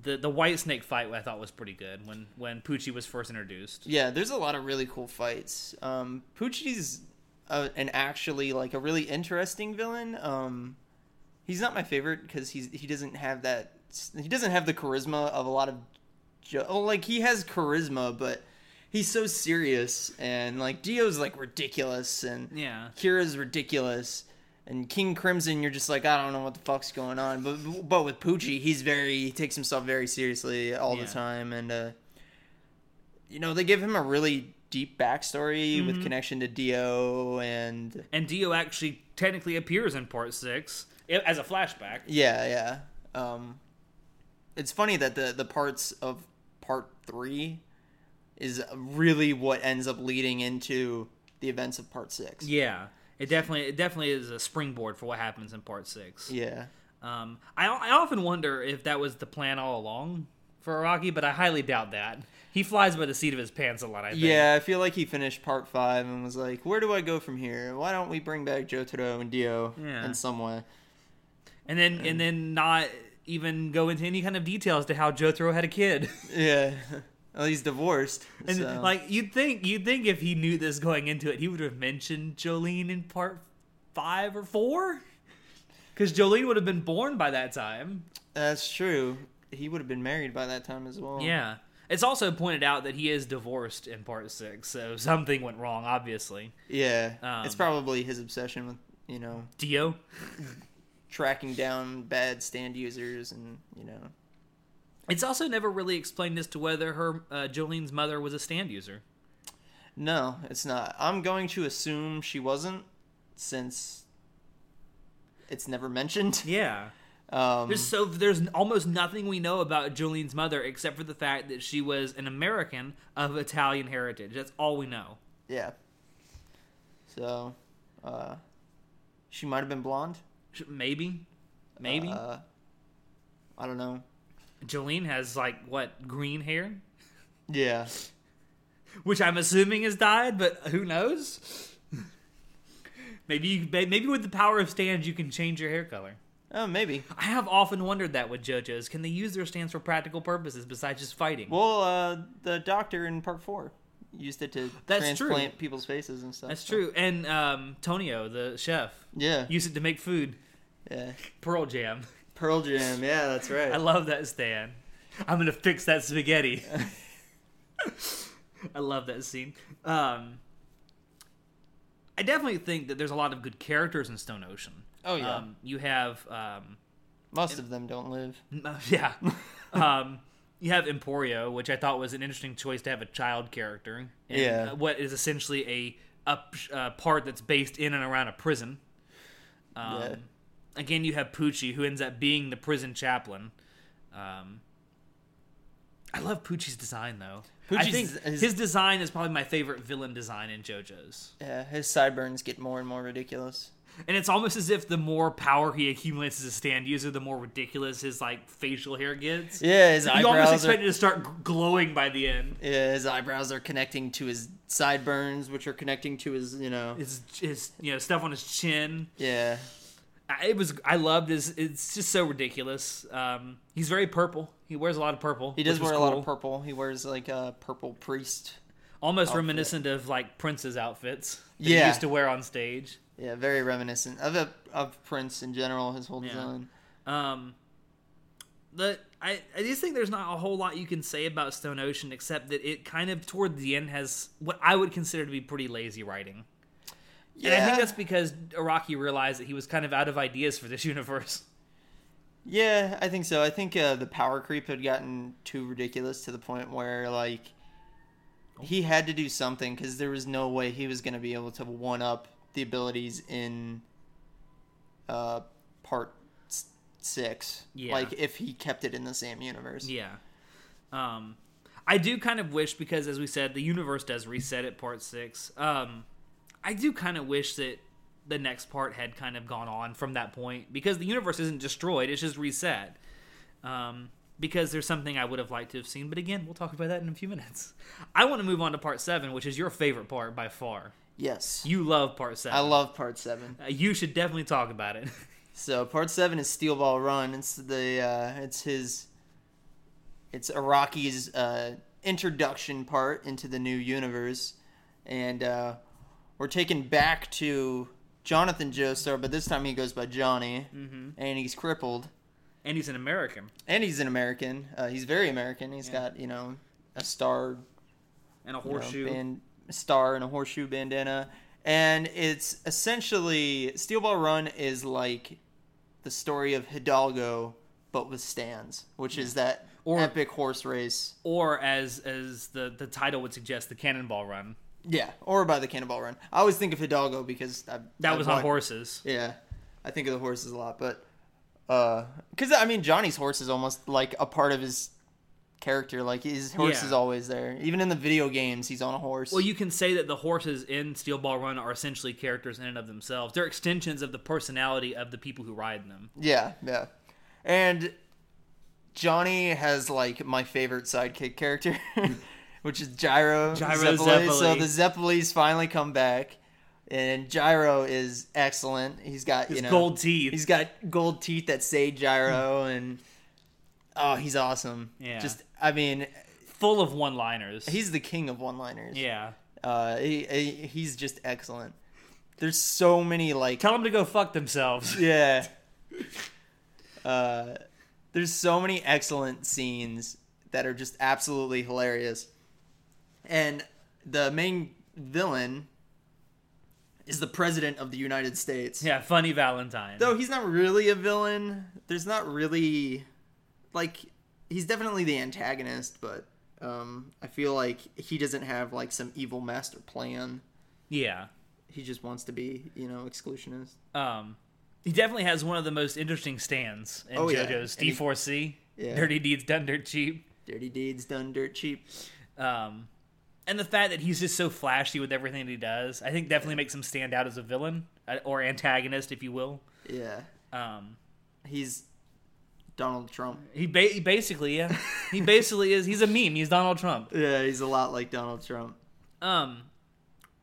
A: the the white snake fight I thought was pretty good when when Poochie was first introduced.
B: Yeah, there's a lot of really cool fights. Um, Pucci's uh, an actually like a really interesting villain. Um, he's not my favorite because he's he doesn't have that he doesn't have the charisma of a lot of jo- oh like he has charisma but he's so serious and like Dio's like ridiculous and
A: Yeah.
B: Kira's ridiculous and King Crimson you're just like I don't know what the fuck's going on but but with Poochie he's very he takes himself very seriously all
A: Yeah.
B: the time and uh you know they give him a really deep backstory
A: Mm-hmm.
B: with connection to Dio and
A: And Dio actually technically appears in part six i- as a flashback.
B: Yeah, yeah. Um, it's funny that the the parts of part three is really what ends up leading into the events of part six.
A: Yeah, it definitely it definitely is a springboard for what happens in part six.
B: Yeah.
A: Um, I I often wonder if that was the plan all along for Araki, but I highly doubt that. He flies by the seat of his pants a lot. I think.
B: Yeah, I feel like he finished part five and was like, "Where do I go from here? Why don't we bring back Jotaro and Dio
A: Yeah.
B: in some way?"
A: and then and then not even go into any kind of details to how Jotaro had a kid.
B: Yeah, well, he's divorced.
A: and
B: so-
A: like you'd think you'd think if he knew this going into it, he would have mentioned Jolene in part five or four, because Jolene would have been born by that time.
B: that's true. He would have been married by that time as well.
A: Yeah. It's also pointed out that he is divorced in part six, so something went wrong, obviously.
B: yeah. it's
A: Um,
B: probably his obsession with you know
A: Dio?
B: tracking down bad stand users and you know
A: It's also never really explained as to whether her uh, Jolene's mother was a stand user.
B: no it's not i'm going to assume she wasn't since it's never mentioned
A: Yeah.
B: um
A: There's so there's almost nothing we know about Jolene's mother except for the fact that she was an American of Italian heritage. That's all we know.
B: yeah so uh she might have been blonde
A: Sh- Maybe, maybe
B: uh, i don't know
A: Jolene has like what green hair,
B: yeah
A: which I'm assuming is dyed, but who knows? maybe you, may- maybe with the power of stands you can change your hair color.
B: oh maybe
A: I have often wondered that with JoJo's. Can they use their stands for practical purposes besides just fighting?
B: well uh the doctor in part four used it to
A: That's true.
B: transplant people's faces and stuff
A: That's
B: so-
A: true. And um, Tonio, the chef,
B: yeah
A: used it to make food.
B: yeah
A: Pearl Jam.
B: pearl jam yeah that's right
A: I love that stand. I'm gonna fix that spaghetti. I love that scene. Um, I definitely think that there's a lot of good characters in Stone Ocean.
B: Oh, yeah.
A: Um, you have um,
B: most of them don't live
A: Uh, yeah. um, you have Emporio, which I thought was an interesting choice to have a child character. in,
B: Yeah.
A: uh, What is essentially a, a p- uh, part that's based in and around a prison. Um,
B: Yeah.
A: Again, you have Poochie, who ends up being the prison chaplain. Um, I love Poochie's design, though. I
B: Pucci's
A: think
B: is-
A: his design is probably my favorite villain design in JoJo's.
B: Yeah, his sideburns get more and more ridiculous.
A: And it's almost as if the more power he accumulates as a stand user, the more ridiculous his like facial hair gets.
B: Yeah, his
A: You almost
B: eyebrows. Are,
A: expect it to start g- glowing by the end.
B: yeah, his eyebrows are connecting to his sideburns, which are connecting to his, you know.
A: His, his you know stuff on his chin.
B: Yeah,
A: I, it was I loved his. It's just so ridiculous. Um, he's very purple. He wears a lot of purple.
B: he does
A: which was
B: wear a lot
A: cool.
B: of purple. He wears like a purple priest.
A: Almost reminiscent of like Prince's outfits. That he
B: Yeah.
A: used to wear on stage.
B: Yeah, very reminiscent of a, of Prince in general. His whole design.
A: Um, the I, I just think there's not a whole lot you can say about Stone Ocean except that it kind of toward the end has what I would consider to be pretty lazy writing.
B: Yeah,
A: And I think that's because Araki realized that he was kind of out of ideas for this universe.
B: yeah, I think so. I think uh, the power creep had gotten too ridiculous to the point where like he had to do something because there was no way he was going to be able to one up the abilities in uh, part s- six.
A: Yeah.
B: Like if he kept it in the same universe.
A: Yeah. Um I do kind of wish because as we said, the universe does reset at part six. Um I do kind of wish that the next part had kind of gone on from that point because the universe isn't destroyed, it's just reset. um, because there's something I would have liked to have seen. But again, we'll talk about that in a few minutes. I want to move on to part seven, which is your favorite part by far.
B: Yes.
A: You love part seven.
B: I love part seven.
A: Uh, you should definitely talk about it.
B: So part seven is Steel Ball Run. It's the uh, it's his it's Iraqi's uh, introduction part into the new universe, and uh, we're taken back to Jonathan Joestar, but this time he goes by Johnny, and he's crippled,
A: and he's an American
B: and he's an American. Uh, he's very American. He's got you know a star
A: and a
B: you know,
A: horseshoe.
B: band, star and a horseshoe bandana. And it's essentially Steel Ball Run is like the story of Hidalgo, but with stands, which is that
A: Or-
B: epic horse race.
A: or as as the the title would suggest, the Cannonball Run.
B: Yeah, or by the Cannonball Run. I always think of Hidalgo because I,
A: That
B: I
A: was on
B: watch-
A: horses.
B: Yeah, I think of the horses a lot, but because I mean Johnny's horse is almost like a part of his character. Like his horse
A: Yeah.
B: is always there. Even in the video games, he's on a horse.
A: Well, you can say that the horses in Steel Ball Run are essentially characters in and of themselves. They're extensions of the personality of the people who ride them.
B: Yeah, yeah. And Johnny has like my favorite sidekick character, which is Gyro.
A: Gyro
B: So
A: Mm. Zeppeli.
B: the Zeppelis finally come back, and Gyro is excellent. He's got you know
A: Gold teeth. Mm.
B: He's got gold teeth that say Gyro, and oh, he's awesome.
A: Yeah.
B: Just I mean,
A: full of one-liners.
B: he's the king of one-liners.
A: yeah.
B: Uh, he, he he's just excellent. There's so many like
A: Tell them to go fuck themselves.
B: yeah. Uh, there's so many excellent scenes that are just absolutely hilarious. And the main villain is the president of the United States.
A: Yeah, funny Valentine.
B: Though he's not really a villain, there's not really like he's definitely the antagonist, but um I feel like he doesn't have like some evil master plan.
A: yeah.
B: He just wants to be, you know, exclusionist.
A: Um, he definitely has one of the most interesting stands in
B: Oh, yeah.
A: JoJo's
B: And he-
A: D4C.
B: Yeah.
A: Dirty Deeds Done Dirt Cheap.
B: Dirty deeds done dirt cheap.
A: Um, and the fact that he's just so flashy with everything that he does, I think definitely makes him stand out as a villain uh, or antagonist, if you will.
B: Yeah.
A: Um,
B: He's Donald Trump.
A: he, ba- he basically, yeah, he basically is. He's a meme. He's Donald Trump.
B: Yeah, he's a lot like Donald Trump.
A: Um,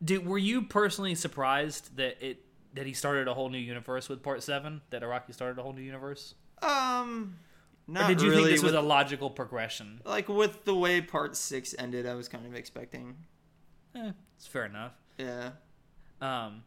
A: dude, were you personally surprised that it that he started a whole new universe with Part Seven? That Iraqi started a whole new universe,
B: Um, not
A: or did you
B: really.
A: think this was
B: with,
A: a logical progression?
B: like with the way part six ended? I was kind of expecting.
A: Eh, it's fair enough.
B: Yeah,
A: Um,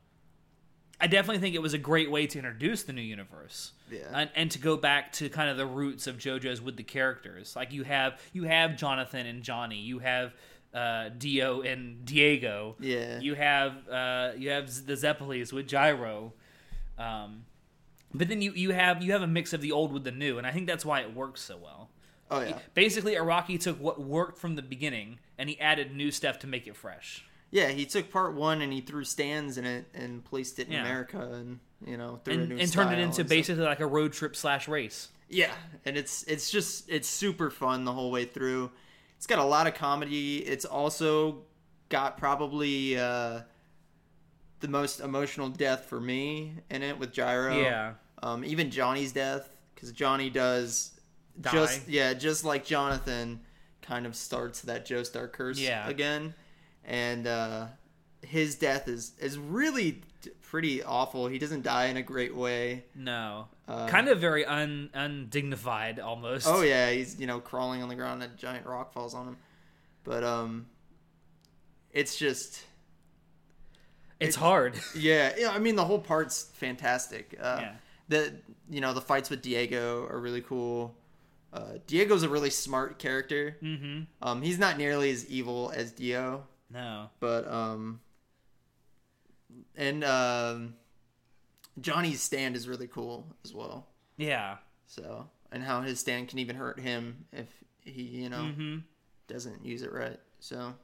A: I definitely think it was a great way to introduce the new universe.
B: Yeah.
A: And, and to go back to kind of the roots of JoJo's with the characters, like you have you have Jonathan and Johnny, you have uh, Dio and Diego,
B: yeah,
A: you have uh, you have the Zeppelis with Gyro, um, but then you you have you have a mix of the old with the new, and I think that's why it works so well.
B: oh yeah,
A: Basically, Iraqi took what worked from the beginning and he added new stuff to make it fresh.
B: yeah. He took part one and he threw stands in it and placed it in
A: Yeah.
B: America and you know threw a
A: and,
B: new
A: and turned it
B: style
A: into
B: and stuff.
A: basically like a road trip slash race.
B: Yeah, and it's it's just it's super fun the whole way through. It's got a lot of comedy. It's also got probably uh, the most emotional death for me in it with Gyro.
A: Yeah.
B: Um, even Johnny's death because Johnny does
A: Die.
B: just yeah just like Jonathan kind of starts that Joestar curse
A: Yeah.
B: again, and uh, his death is is really d- pretty awful. He doesn't die in a great way.
A: No,
B: Uh,
A: kind of very un undignified almost.
B: Oh yeah, he's you know crawling on the ground. A giant rock falls on him, but um, it's just
A: it's hard.
B: yeah. yeah I mean, the whole part's fantastic. Uh,
A: Yeah.
B: The you know the fights with Diego are really cool. Uh, Diego's a really smart character.
A: mm-hmm.
B: Um, he's not nearly as evil as Dio,
A: No,
B: but um, and um, Johnny's stand is really cool as well.
A: yeah,
B: So and how his stand can even hurt him if he you know.
A: mm-hmm.
B: doesn't use it right. So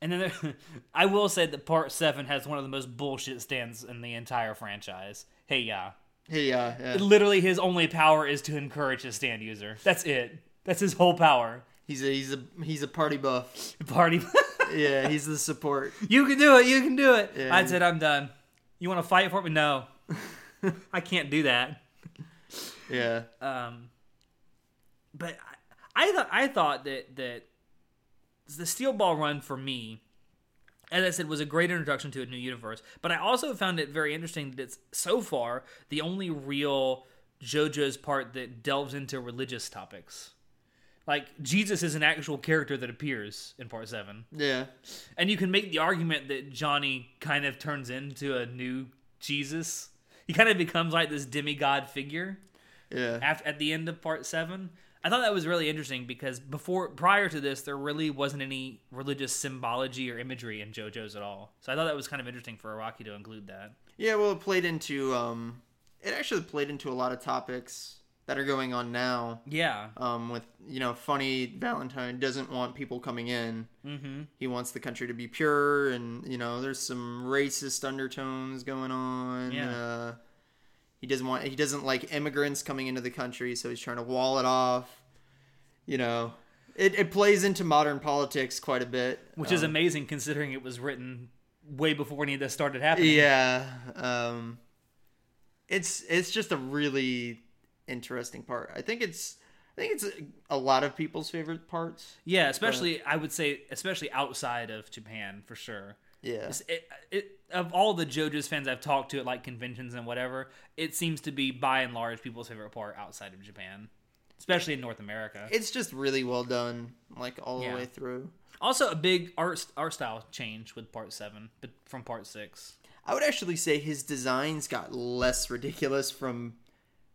A: And then there, I will say that part seven has one of the most bullshit stands in the entire franchise. Hey, yeah,
B: hey, uh, yeah,
A: literally his only power is to encourage his stand user. That's it. That's his whole power.
B: he's a he's a he's a party buff.
A: Party.
B: Yeah, he's the support.
A: you can do it. You can do it.
B: Yeah.
A: I said I'm done. You want to fight for me? No, I can't do that.
B: Yeah,
A: Um, but I, I thought I thought that that the Steel Ball run for me, as I said, was a great introduction to a new universe. But I also found it very interesting that it's so far the only real JoJo's part that delves into religious topics. Like Jesus is an actual character that appears in part seven,
B: Yeah.
A: and you can make the argument that Johnny kind of turns into a new Jesus. He kind of becomes like this demigod figure
B: Yeah.
A: after, at the end of part seven. I thought that was really interesting because before, prior to this, there really wasn't any religious symbology or imagery in JoJo's at all. So I thought that was kind of interesting for Araki to include that.
B: Yeah, well, it played into um it actually played into a lot of topics that are going on now.
A: Yeah,
B: Um with, you know, funny Valentine doesn't want people coming in. Mm-hmm. He wants the country to be pure and, you know, there's some racist undertones going on.
A: Yeah.
B: Uh he doesn't want he doesn't like immigrants coming into the country, so he's trying to wall it off. You know, it it plays into modern politics quite a bit.
A: which is amazing considering it was written way before any of this started happening.
B: Yeah. Um it's it's just a really interesting part. I think it's I think it's a, a lot of people's favorite parts.
A: Yeah, especially I would say, especially outside of Japan for sure.
B: Yeah.
A: It's- It, it, of all the JoJo's fans I've talked to at like conventions and whatever, it seems to be by and large people's favorite part outside of Japan, especially in North America.
B: It's just really well done like all
A: Yeah.
B: the way through.
A: Also, a big art art style change with part seven, but from part six.
B: I would actually say his designs got less ridiculous from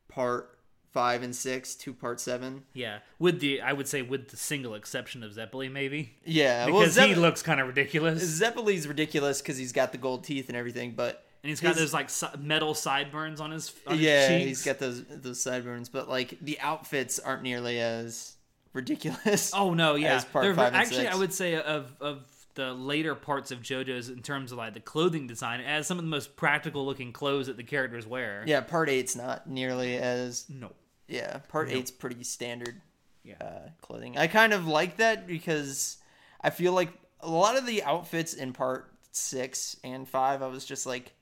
B: part 5 and 6 to part 7.
A: Yeah, with the I would say with the single exception of Zeppeli, maybe
B: Yeah.
A: because
B: well,
A: he
B: Zepp-
A: looks kind of ridiculous,
B: Zeppeli's ridiculous cuz he's got the gold teeth and everything, but
A: and he's got
B: his-
A: those like si- metal sideburns on his on his
B: yeah,
A: cheeks.
B: he's got those those sideburns, but like the outfits aren't nearly as ridiculous.
A: Oh no, yeah.
B: as part
A: They're
B: five and
A: actually,
B: six.
A: I would say of of the later parts of JoJo's in terms of like the clothing design, it has some of the most practical looking clothes that the characters wear.
B: Yeah, part eight's not nearly as
A: No.
B: yeah. Part eight's pretty standard
A: Yeah.
B: uh, clothing. I kind of like that because I feel like a lot of the outfits in part six and five, I was just like,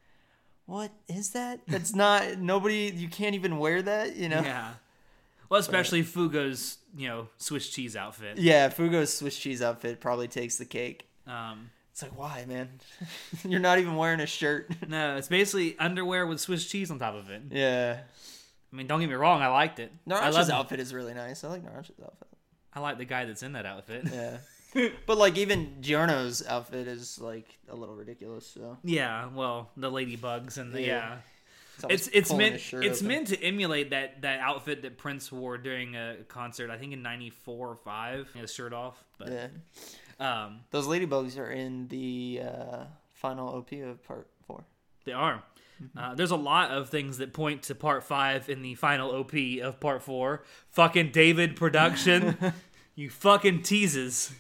B: what is that? That's not nobody. You can't even wear that. You know.
A: yeah. Well, especially Fugo's, you know, Swiss cheese outfit.
B: Yeah, Fugo's Swiss cheese outfit probably takes the cake.
A: Um,
B: It's like, why, man? You're not even wearing a shirt.
A: no, it's basically underwear with Swiss cheese on top of it.
B: yeah.
A: I mean, don't get me wrong, I liked it. I
B: Naranja's
A: love
B: outfit is really nice. I like Naranja's outfit.
A: I like the guy that's in that outfit.
B: Yeah. but like even Giorno's outfit is like a little ridiculous. So
A: Yeah, well, the ladybugs and the
B: Yeah.
A: yeah.
B: always
A: It's it's
B: pulling
A: meant
B: his shirt
A: it's
B: open.
A: meant to emulate that that outfit that Prince wore during a concert, I think in 94 or 5, his shirt off, but
B: Yeah.
A: um
B: Those ladybugs are in the uh, final OP of part four.
A: they are.
B: Mm-hmm.
A: Uh, there's a lot of things that point to part 5 in the final OP of part 4. Fucking David production. you fucking teases.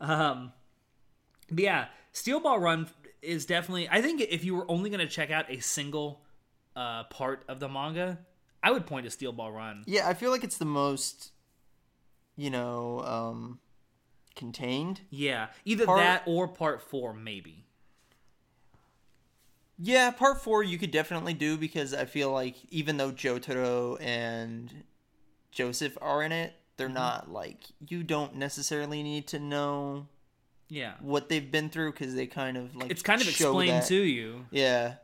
A: Um but yeah, Steel Ball Run is definitely I think if you were only going to check out a single uh part of the manga, I would point to Steel Ball Run.
B: Yeah, I feel like it's the most, you know, um, contained.
A: Yeah, either
B: Part-
A: that or part four, maybe.
B: Yeah, part four you could definitely do because I feel like even though Jotaro and Joseph are in it, they're not like you don't necessarily need to know
A: Yeah,
B: what they've been through because they kind of like
A: it's kind of
B: show
A: explained
B: that.
A: to you.
B: Yeah,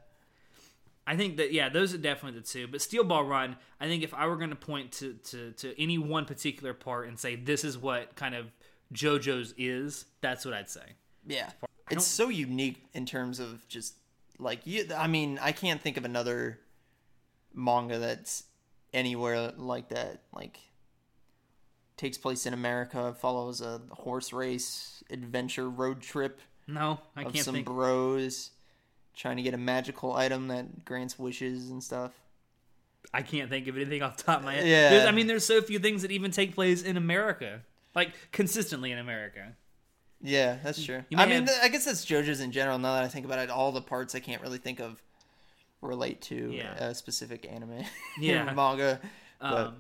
A: I think that yeah, those are definitely the two. But Steel Ball Run, I think if I were going to point to, to to any one particular part and say this is what kind of JoJo's is, that's what I'd say.
B: yeah. It's so unique in terms of just like you. I mean, I can't think of another manga that's anywhere like that. Like takes place in America, follows a horse race adventure road trip
A: No, I
B: of
A: can't
B: some
A: think.
B: bros trying to get a magical item that grants wishes and stuff.
A: I can't think of anything off the top of my head.
B: Yeah.
A: There's, I mean, there's so few things that even take place in America, like consistently in America.
B: Yeah, that's true.
A: you
B: I
A: may
B: mean,
A: have-
B: th- I guess that's JoJo's in general. Now that I think about it, all the parts I can't really think of relate to
A: Yeah.
B: a specific anime,
A: Yeah.
B: manga. But
A: Um,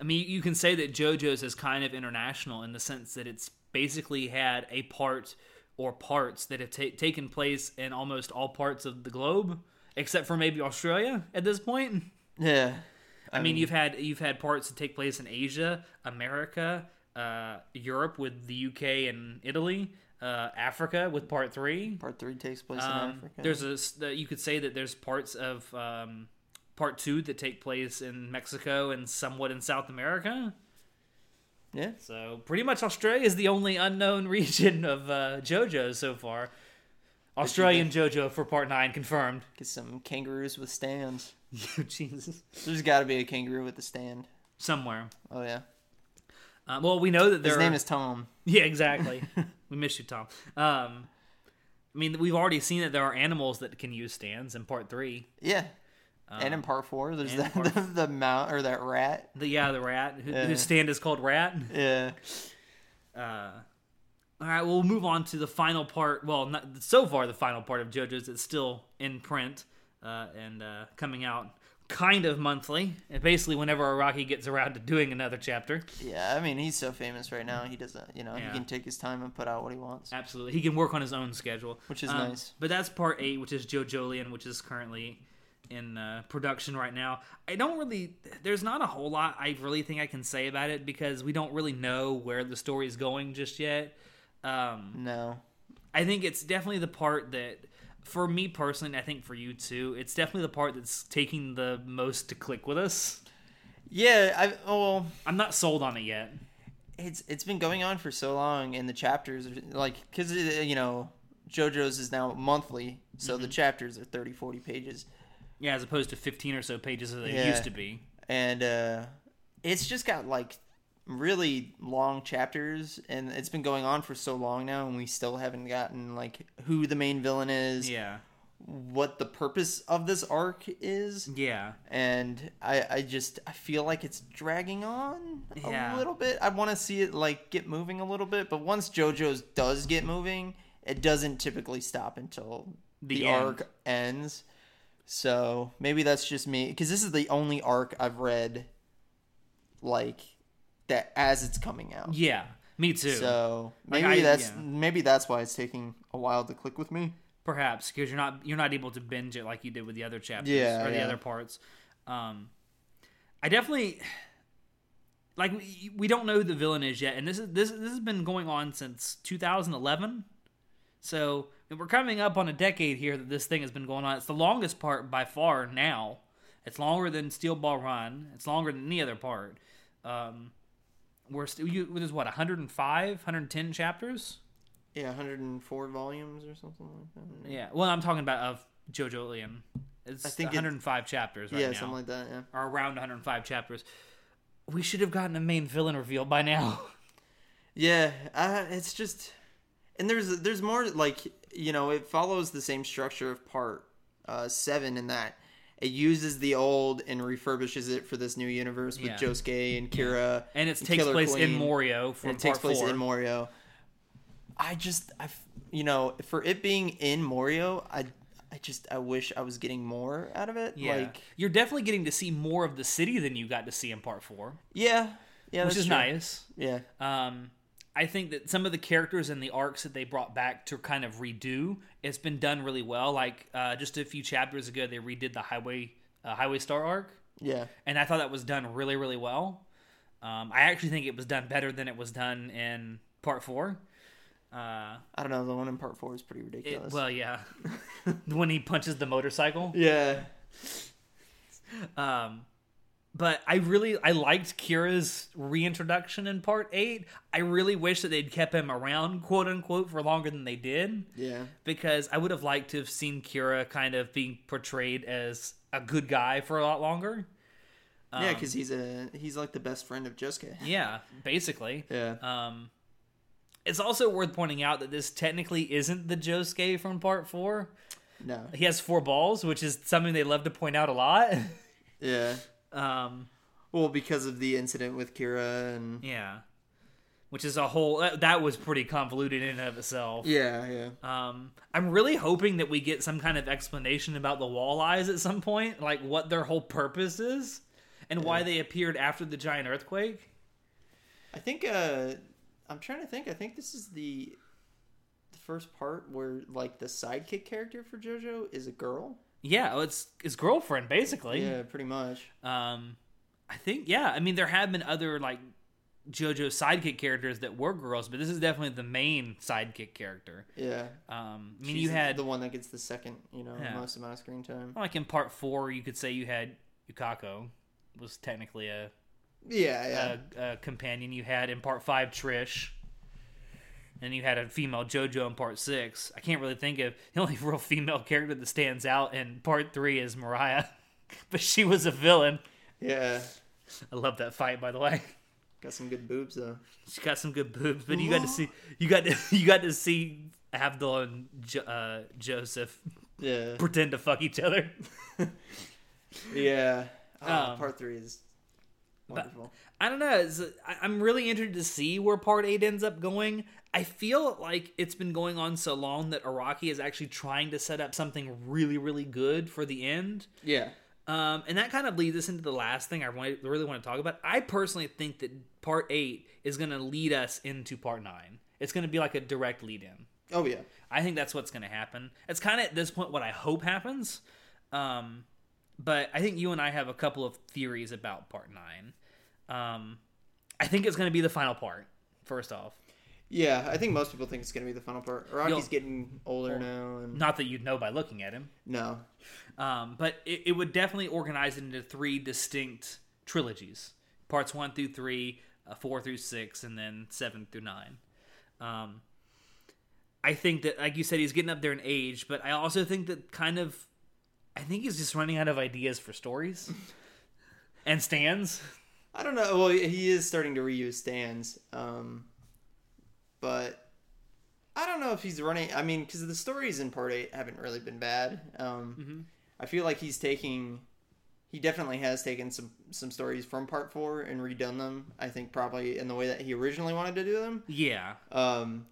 A: I mean, you can say that JoJo's is kind of international in the sense that it's basically had a part or parts that have ta- taken place in almost all parts of the globe, except for maybe Australia at this point.
B: yeah,
A: I, mean, you've had you've had parts that take place in Asia, America, uh, Europe with the UK and Italy, uh, Africa with part three.
B: Part three takes place in
A: Um,
B: Africa.
A: there's a s- that you could say that there's parts of um, part two that take place in Mexico and somewhat in South America.
B: yeah.
A: So pretty much Australia is the only unknown region of uh, JoJo's so far. Australian JoJo for part nine confirmed.
B: Get some kangaroos with stands.
A: Jesus,
B: There's got to be a kangaroo with a stand.
A: somewhere.
B: Oh yeah.
A: Um, well, we know that there
B: His
A: are-
B: name is Tom.
A: Yeah, exactly. we miss you, Tom. Um, I mean, we've already seen that there are animals that can use stands in part three.
B: Yeah. and in part four, there's
A: Um, and part-
B: that, the, the mount or that rat.
A: The, yeah, the rat who,
B: Yeah.
A: whose stand is called Rat.
B: Yeah.
A: Uh, all right, we'll move on to the final part. Well, not so far the final part of JoJo's. It's still in print uh, and uh, coming out kind of monthly, and basically whenever Araki gets around to doing another chapter.
B: Yeah. I mean, he's so famous right now. He doesn't. You know,
A: Yeah.
B: he can take his time and put out what he wants.
A: Absolutely. He can work on his own schedule. Um,
B: Which is nice.
A: But that's part eight, which is JoJolian, which is currently in uh, production right now. I don't really, there's not a whole lot I really think I can say about it because we don't really know where the story is going just yet. Um,
B: No.
A: I think it's definitely the part that, for me personally, and I think for you too, it's definitely the part that's taking the most to click with us.
B: Yeah. I. Oh. Well,
A: I'm not sold on it yet.
B: it's it's been going on for so long and the chapters are like because you know jojo's is now monthly so the chapters are 30 40 pages
A: Yeah, as opposed to 15 or so pages that they
B: Yeah.
A: used to be.
B: and uh it's just got like really long chapters and it's been going on for so long now and we still haven't gotten like who the main villain is
A: Yeah.
B: what the purpose of this arc is
A: Yeah.
B: and I, I just I feel like it's dragging on
A: Yeah.
B: a little bit. I want to see it like get moving a little bit, but once JoJo's does get moving, it doesn't typically stop until
A: The
B: the,
A: end.
B: arc ends. So maybe that's just me because this is the only arc I've read like that as it's coming out.
A: Yeah. Me too.
B: So
A: Like,
B: maybe
A: I-
B: that's
A: yeah.
B: maybe that's why it's taking a while to click with me.
A: perhaps because you're not you're not able to binge it like you did with the other chapters
B: Yeah,
A: or the
B: yeah.
A: other parts. Um, I definitely like we, we don't know who the villain is yet, and this is this this has been going on since 2011. So and we're coming up on a decade here that this thing has been going on. It's the longest part by far now. It's longer than Steel Ball Run. It's longer than any other part. Um, we're still you there's what 105, 110 chapters.
B: Yeah, 104 volumes or something like that.
A: Yeah. Well, I'm talking about of JoJo Liam. It's
B: think it-
A: 105 chapters right
B: yeah,
A: now,
B: something like that. Yeah.
A: or around 105 chapters. We should have gotten a main villain reveal by now.
B: Yeah, uh, it's just, and there's there's more like you know it follows the same structure of part uh, seven in that it uses the old and refurbishes it for this new universe with
A: Yeah.
B: Josuke and Kira,
A: And it takes
B: Killer
A: place in
B: Queen,
A: Morio from
B: and it takes
A: part
B: place
A: four.
B: in Morio. I just I f- you know for it being in Morio, I I just I wish I was getting more out of it.
A: yeah.
B: Like
A: You're definitely getting to see more of the city than you got to see in part four,
B: yeah, yeah,
A: which
B: that's
A: is
B: true.
A: nice.
B: Yeah,
A: Um, I think that some of the characters and the arcs that they brought back to kind of redo, it's been done really well. Like uh, just a few chapters ago, they redid the Highway uh, Highway Star arc.
B: yeah,
A: and I thought that was done really, really well. Um, I actually think it was done better than it was done in part four. Uh,
B: I don't know. The one in part four is pretty
A: it-
B: ridiculous.
A: well, yeah, when he punches the motorcycle.
B: yeah,
A: Um, but I really I liked Kira's reintroduction in part eight. I really wish that they'd kept him around, quote unquote, for longer than they did.
B: yeah.
A: because I would have liked to have seen Kira kind of being portrayed as a good guy for a lot longer. Um,
B: yeah, because he's a he's like the best friend of Josuke.
A: Yeah, basically.
B: Yeah.
A: Um, it's also worth pointing out that this technically isn't the Josuke from part four.
B: No.
A: He has four balls, which is something they love to point out a lot.
B: Yeah.
A: Um,
B: Well, because of the incident with Kira and
A: yeah. Which is a whole that, that was pretty convoluted in and of itself.
B: yeah, yeah.
A: Um, I'm really hoping that we get some kind of explanation about the walleyes at some point, like what their whole purpose is and why they appeared after the giant earthquake.
B: I think uh I'm trying to think. I think this is the the first part where like the sidekick character for JoJo is a girl.
A: Yeah, oh, it's his girlfriend basically.
B: Yeah, pretty much.
A: Um, I think yeah. I mean, there have been other like JoJo sidekick characters that were girls, but this is definitely the main sidekick character.
B: Yeah.
A: Um, I mean,
B: She's
A: you had
B: the one that gets the second, you know,
A: Yeah.
B: most amount of screen time.
A: like in part four, you could say you had Yukako was technically a,
B: Yeah, yeah.
A: a, a companion. You had in part five Trish, and you had a female JoJo in part six. I can't really think of the only real female character that stands out in part three is Mariah, but she was a villain.
B: yeah.
A: I love that fight, by the way.
B: Got some good boobs though.
A: She got some good boobs, but you got to see you got to, you got to see Abdul and jo- uh, Joseph
B: Yeah.
A: pretend to fuck each other.
B: Yeah. Oh,
A: Um,
B: part three is wonderful.
A: I don't know. It's, I, I'm really interested to see where Part Eight ends up going. I feel like it's been going on so long that Araki is actually trying to set up something really, really good for the end.
B: yeah.
A: Um, and that kind of leads us into the last thing I want, really want to talk about. I personally think that Part Eight is going to lead us into Part Nine. It's going to be like a direct lead in.
B: Oh yeah.
A: I think that's what's going to happen. It's kind of at this point what I hope happens. Um, but I think you and I have a couple of theories about part nine. Um, I think it's going to be the final part, first off.
B: Yeah, I think most people think it's gonna be the final part. Rocky's
A: You'll-
B: getting older now, and
A: Not that you'd know by looking at him,
B: no,
A: um, but it, it would definitely organize it into three distinct trilogies parts one through three, uh, four through six, and then seven through nine. Um, I think that, like you said, he's getting up there in age, but I also think that kind of, I think he's just running out of ideas for stories and stands.
B: I don't know. Well, he is starting to reuse stands, um, but I don't know if he's running. I mean, because the stories in part eight haven't really been bad. Um, I feel like he's taking. He definitely has taken some some stories from part four and redone them. I think probably in the way that he originally wanted to do them.
A: Yeah.
B: Um,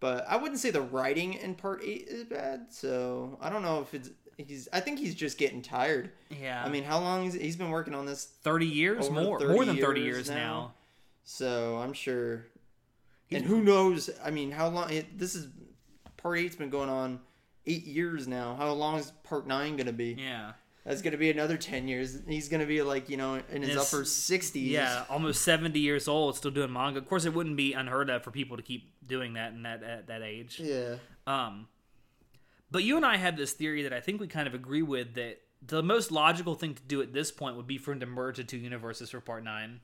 B: but I wouldn't say the writing in part eight is bad. So I don't know if it's he's. I think he's just getting tired.
A: Yeah.
B: I mean, how long is he's been working on this
A: 30 years?
B: over
A: More.
B: 30
A: more than 30
B: years
A: years, now.
B: now. So I'm sure.
A: He's-
B: and who knows? I mean, how long? It, this is part eight's been going on eight years now. How long is part nine going to be?
A: Yeah.
B: That's going to be another ten years. He's going to be like you know in his
A: It's-
B: upper sixties.
A: Yeah, almost 70 years old, still doing manga. Of course, it wouldn't be unheard of for people to keep doing that in that at that age.
B: yeah,
A: Um, but you and I have this theory that I think we kind of agree with that the most logical thing to do at this point would be for him to merge the two universes for part nine,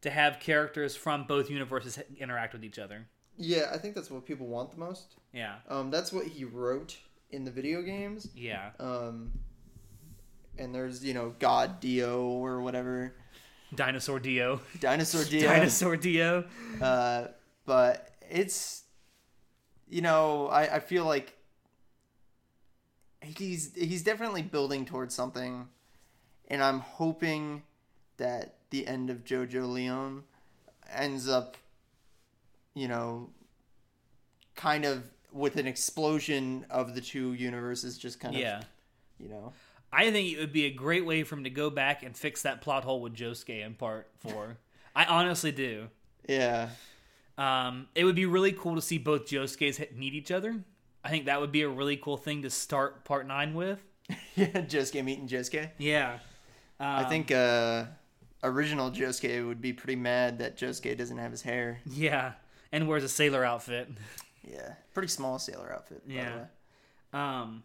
A: to have characters from both universes interact with each other.
B: yeah. I think that's what people want the most.
A: Yeah,
B: Um, that's what he wrote in the video games.
A: yeah.
B: Um, and there's you know God Dio or whatever
A: Dinosaur Dio,
B: dinosaur Dio.
A: Dinosaur Dio.
B: Uh, but it's you know I, I feel like he's he's definitely building towards something and i'm hoping that the end of jojo leon ends up you know kind of with an explosion of the two universes just kind of
A: Yeah,
B: you know
A: I think it would be a great way for him to go back and fix that plot hole with Josuke in part four. I honestly do.
B: yeah
A: Um, it would be really cool to see both Josuke's hit- meet each other. I think that would be a really cool thing to start part nine with.
B: yeah josuke meeting josuke
A: Yeah. Um,
B: i think uh original josuke would be pretty mad that josuke doesn't have his hair
A: Yeah, and wears a sailor outfit.
B: Yeah, pretty small sailor outfit. By
A: Yeah.
B: The way.
A: Um,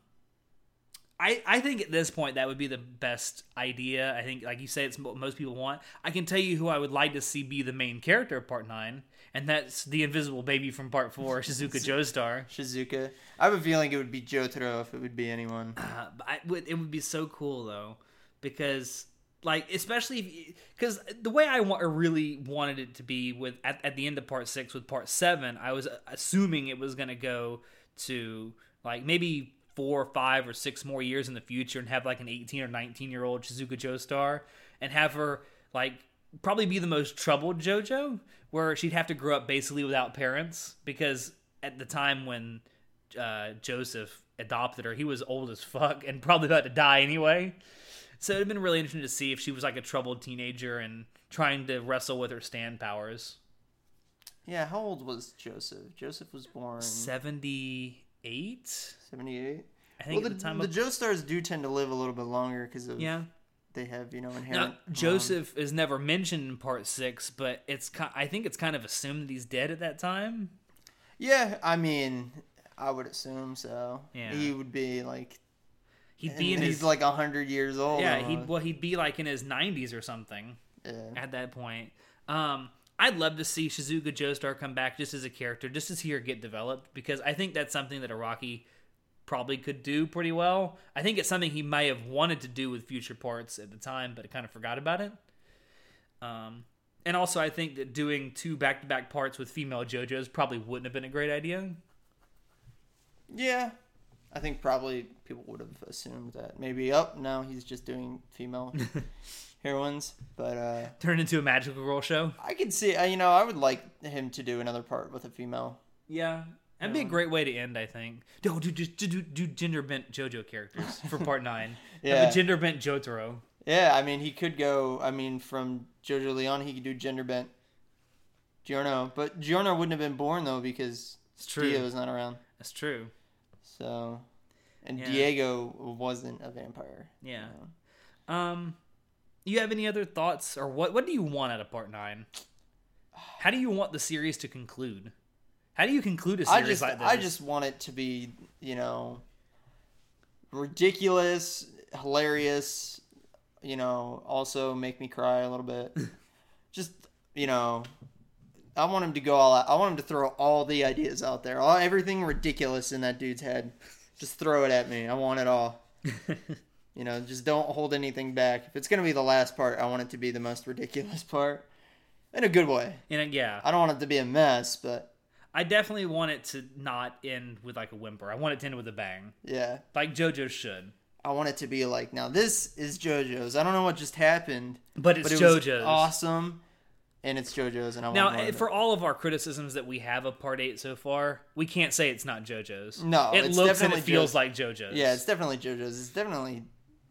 A: I I think at this point that would be the best idea. I think, like you say, it's what most people want. I can tell you who I would like to see be the main character of Part Nine, and that's the Invisible Baby from Part Four, Shizuka Joestar.
B: Shizuka. I have a feeling it would be Jotaro if it would be anyone.
A: Uh, but I would, it would be so cool though, because like especially because the way I, wa- I really wanted it to be with at, at the end of part six with part seven, I was uh, assuming it was gonna go to like maybe four or five or six more years in the future and have like an eighteen or nineteen year old Shizuka Joestar and have her like probably be the most troubled JoJo, where she'd have to grow up basically without parents because at the time when uh, Joseph adopted her, he was old as fuck and probably about to die anyway. So it'd been really interesting to see if she was like a troubled teenager and trying to wrestle with her stand powers.
B: Yeah, how old was Joseph? Joseph was born
A: Seventy eight,
B: seventy eight.
A: I think,
B: well,
A: at
B: the,
A: the time
B: the
A: of
B: Joestars do tend to live a little bit longer because of
A: yeah,
B: they have, you know, inherent.
A: Now, Joseph is never mentioned in part six, but it's ki- I think it's kind of assumed that he's dead at that time.
B: Yeah, I mean, I would assume so.
A: Yeah.
B: He would be like,
A: He'd
B: and
A: be in
B: he's
A: his
B: like uh, a hundred years old.
A: yeah. He
B: almost.
A: well, he'd be like in his nineties or something
B: yeah.
A: at that point. Um, I'd love to see Shizuka Joestar come back just as a character, just to see her get developed, because I think that's something that Araki probably could do pretty well. I think it's something he may have wanted to do with future parts at the time, but kind of forgot about it. Um, and also, I think that doing two back-to-back parts with female JoJo's probably wouldn't have been a great idea.
B: yeah, I think probably people would have assumed that. Maybe up oh, now he's just doing female heroines, but uh,
A: Turn into a magical girl show.
B: I could see. I, you know, I would like him to do another part with a female.
A: Yeah. That'd be a great way to end, I think. No, do just do, do, do gender bent JoJo characters for part nine. Have
B: Yeah.
A: a gender bent Jotaro.
B: Yeah, I mean, he could go. I mean, from Jojo Leon, he could do gender bent. Giorno, but Giorno wouldn't have been born though because
A: It's true.
B: Dio's not around.
A: That's true.
B: So, and
A: Yeah.
B: Diego wasn't a vampire.
A: Yeah.
B: know.
A: Um, you have any other thoughts or what? What do you want out of part nine? How do you want the series to conclude? How do you conclude a
B: I
A: series
B: just,
A: like this?
B: I just want it to be, you know, ridiculous, hilarious. You know, also make me cry a little bit. just, you know, I want him to go all out. I want him to throw all the ideas out there, all everything ridiculous in that dude's head. Just throw it at me. I want it all. You know, just don't hold anything back. If it's gonna be the last part, I want it to be the most ridiculous part, in a good way.
A: and yeah,
B: I don't want it to be a mess, but
A: I definitely want it to not end with like a whimper. I want it to end with a bang,
B: yeah.
A: like JoJo should.
B: I want it to be like, now this is JoJo's. I don't know what just happened,
A: But it's
B: but it
A: JoJo's.
B: was awesome, and it's JoJo's, and I
A: Now, eh,
B: want more. of
A: for all of our criticisms that we have of Part Eight so far, we can't say it's not JoJo's.
B: No,
A: it
B: it's
A: looks and it
B: definitely
A: feels
B: JoJo's.
A: like JoJo's.
B: it. yeah, it's definitely JoJo's. It's definitely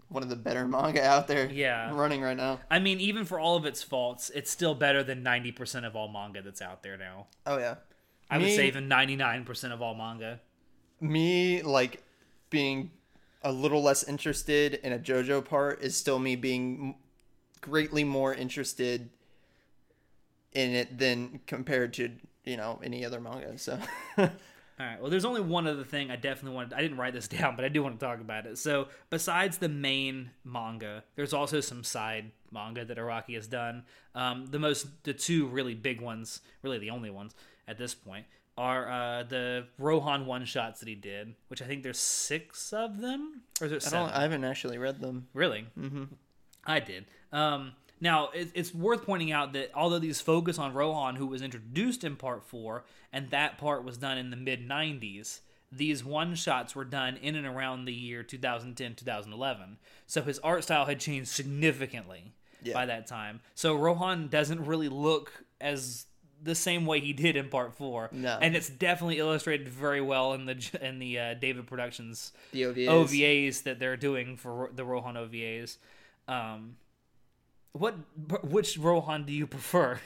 B: one of the better manga out there.
A: Yeah.
B: running right now.
A: I mean, even for all of its faults, it's still better than ninety percent of all manga that's out there now.
B: Oh yeah,
A: I would
B: Me-
A: say even ninety nine percent of all manga.
B: me like being a little less interested in a JoJo part is still me being m- greatly more interested in it than compared to you know any other manga. So
A: All right. Well, there's only one other thing I definitely wanted. I didn't write this down, but I do want to talk about it. So, besides the main manga, there's also some side manga that Araki has done. Um, the most, the two really big ones, really the only ones at this point, are uh, the Rohan one shots that he did, which I think there's six of them, or is it
B: I
A: seven?
B: don't. I haven't actually read them.
A: Really? Mm-hmm. I did. Um, now, it, it's worth pointing out that although these focus on Rohan, who was introduced in part four, and that part was done in the mid 90s, these one shots were done in and around the year 2010 2011. So his art style had changed significantly
B: Yeah.
A: by that time. So Rohan doesn't really look as the same way he did in part four
B: No.
A: and it's definitely illustrated very well in the in the uh, david productions
B: The OVAs.
A: OVAs that they're doing for Ro- the Rohan OVAs. Um, what which Rohan do you prefer?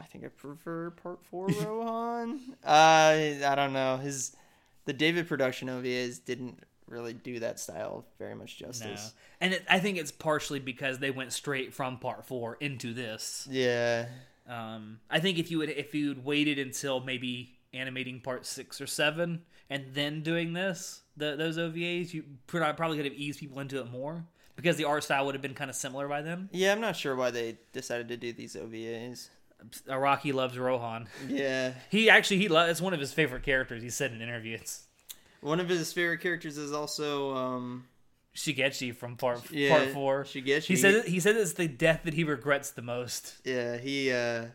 B: I think I prefer part four Rohan. uh, I don't know. His the David production OVAs didn't really do that style very much justice.
A: And it, I think it's partially because they went straight from part four into this.
B: Yeah.
A: Um, I think if you would if you'd waited until maybe animating part six or seven and then doing this the, those OVAs, you pro- probably could have eased people into it more because the art style would have been kind of similar by then.
B: Yeah, I'm not sure why they decided to do these OVAs.
A: Araki loves Rohan.
B: Yeah.
A: He actually he lo- it's one of his favorite characters. He said in interviews.
B: One of his favorite characters is also um
A: Shigechi from part
B: yeah,
A: part four.
B: Shigechi.
A: He says he says it's the death that he regrets the most.
B: Yeah, he uh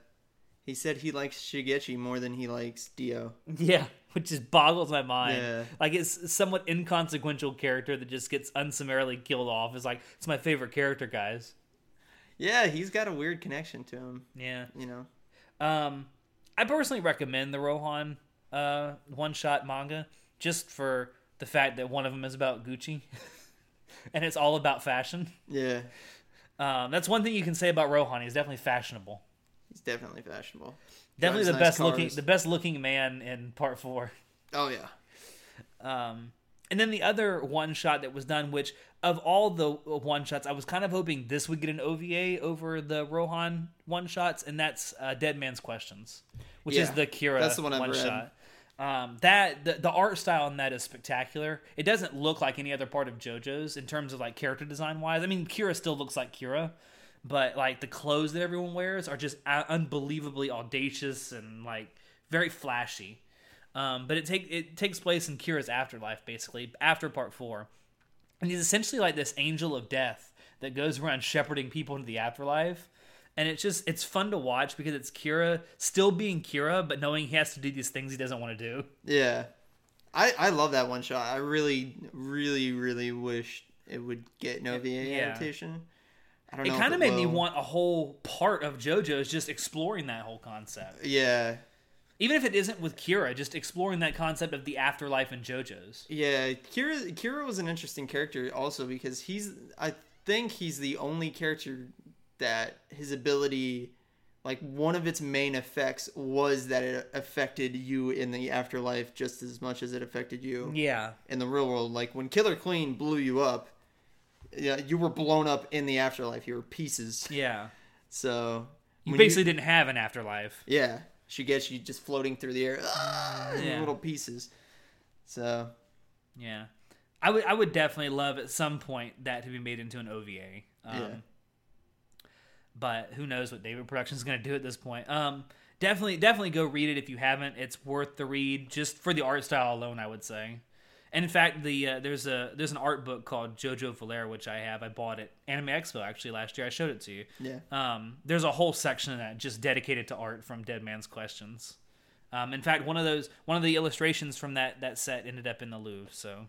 B: he said he likes Shigechi more than he likes Dio.
A: Yeah, which just boggles my mind.
B: Yeah.
A: Like it's a somewhat inconsequential character that just gets unsummarily killed off. It's like it's my favorite character, guys.
B: Yeah, he's got a weird connection to him,
A: Yeah.
B: you know.
A: Um, I personally recommend the Rohan uh one shot manga just for the fact that one of them is about Gucci, and it's all about fashion.
B: Yeah.
A: Um, that's one thing you can say about Rohan. He's definitely fashionable.
B: He's definitely fashionable.
A: Definitely the
B: Drives nice
A: best looking,
B: cars.
A: the best looking man in part four.
B: Oh yeah.
A: Um, And then the other one shot that was done, which of all the one shots, I was kind of hoping this would get an OVA over the Rohan one shots, and that's uh, Dead Man's Questions, which is
B: Yeah,
A: the Kira
B: that's the one
A: one,
B: I've read.
A: shot. Um, that the, the art style in that is spectacular. It doesn't look like any other part of JoJo's in terms of like character design wise. I mean, Kira still looks like Kira, but like the clothes that everyone wears are just uh, unbelievably audacious and like very flashy. Um, but it take it takes place in Kira's afterlife, basically after part four, and he's essentially like this angel of death that goes around shepherding people into the afterlife. And it's just it's fun to watch because it's Kira still being Kira, but knowing he has to do these things he doesn't want to do.
B: Yeah. I, I love that one shot. I really, really, really wish it would get an OVA
A: yeah.
B: adaptation. I don't
A: It
B: know. if
A: kind of made me
B: will.
A: want a whole part of JoJo's just exploring that whole concept,
B: Yeah.
A: even if it isn't with Kira, just exploring that concept of the afterlife in JoJo's.
B: Yeah. Kira Kira was an interesting character also because he's I think he's the only character that his ability like one of its main effects was that it affected you in the afterlife just as much as it affected you.
A: Yeah,
B: in the real world. Like when Killer Queen blew you up, yeah, you were blown up in the afterlife. You were pieces.
A: yeah.
B: So
A: You
B: when
A: basically didn't have an afterlife.
B: yeah, she gets you just floating through the air, ah, in
A: Yeah.
B: little pieces. So
A: Yeah, I would I would definitely love at some point that to be made into an OVA. Um,
B: Yeah.
A: But who knows what David Productions is going to do at this point? Um, definitely definitely go read it if you haven't. It's worth the read just for the art style alone. I would say. And in fact, the uh, there's a there's an art book called JoJo Valera, which I have. I bought at Anime Expo actually last year. I showed it to you.
B: yeah,
A: Um, there's a whole section of that just dedicated to art from Dead Man's Questions. Um, in fact, one of those, one of the illustrations from that that set ended up in the Louvre. So,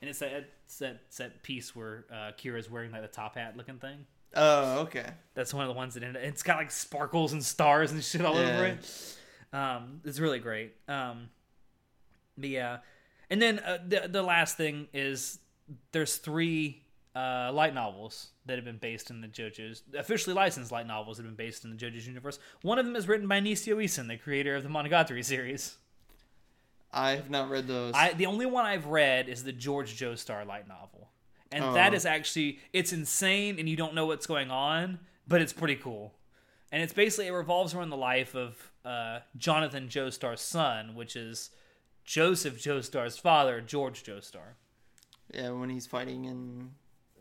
A: and it's that it's that set piece where uh, Kira's wearing like the top hat looking thing.
B: oh okay,
A: That's one of the ones that ended. It's got like sparkles and stars and shit all over
B: Yeah.
A: it. Um, it's really great. Um, but yeah, and then uh, the the last thing is there's three uh, light novels that have been based in the JoJo's officially licensed light novels that have been based in the JoJo's universe. One of them is written by Nisio Eason, the creator of the Monogatari series.
B: I have not read those.
A: I the only one I've read is the George Joestar light novel, and
B: Oh.
A: that is actually it's insane, and you don't know what's going on, but it's pretty cool. And it's basically it revolves around the life of uh, Jonathan Joestar's son, which is Joseph Joestar's father, George Joestar.
B: yeah, when he's fighting in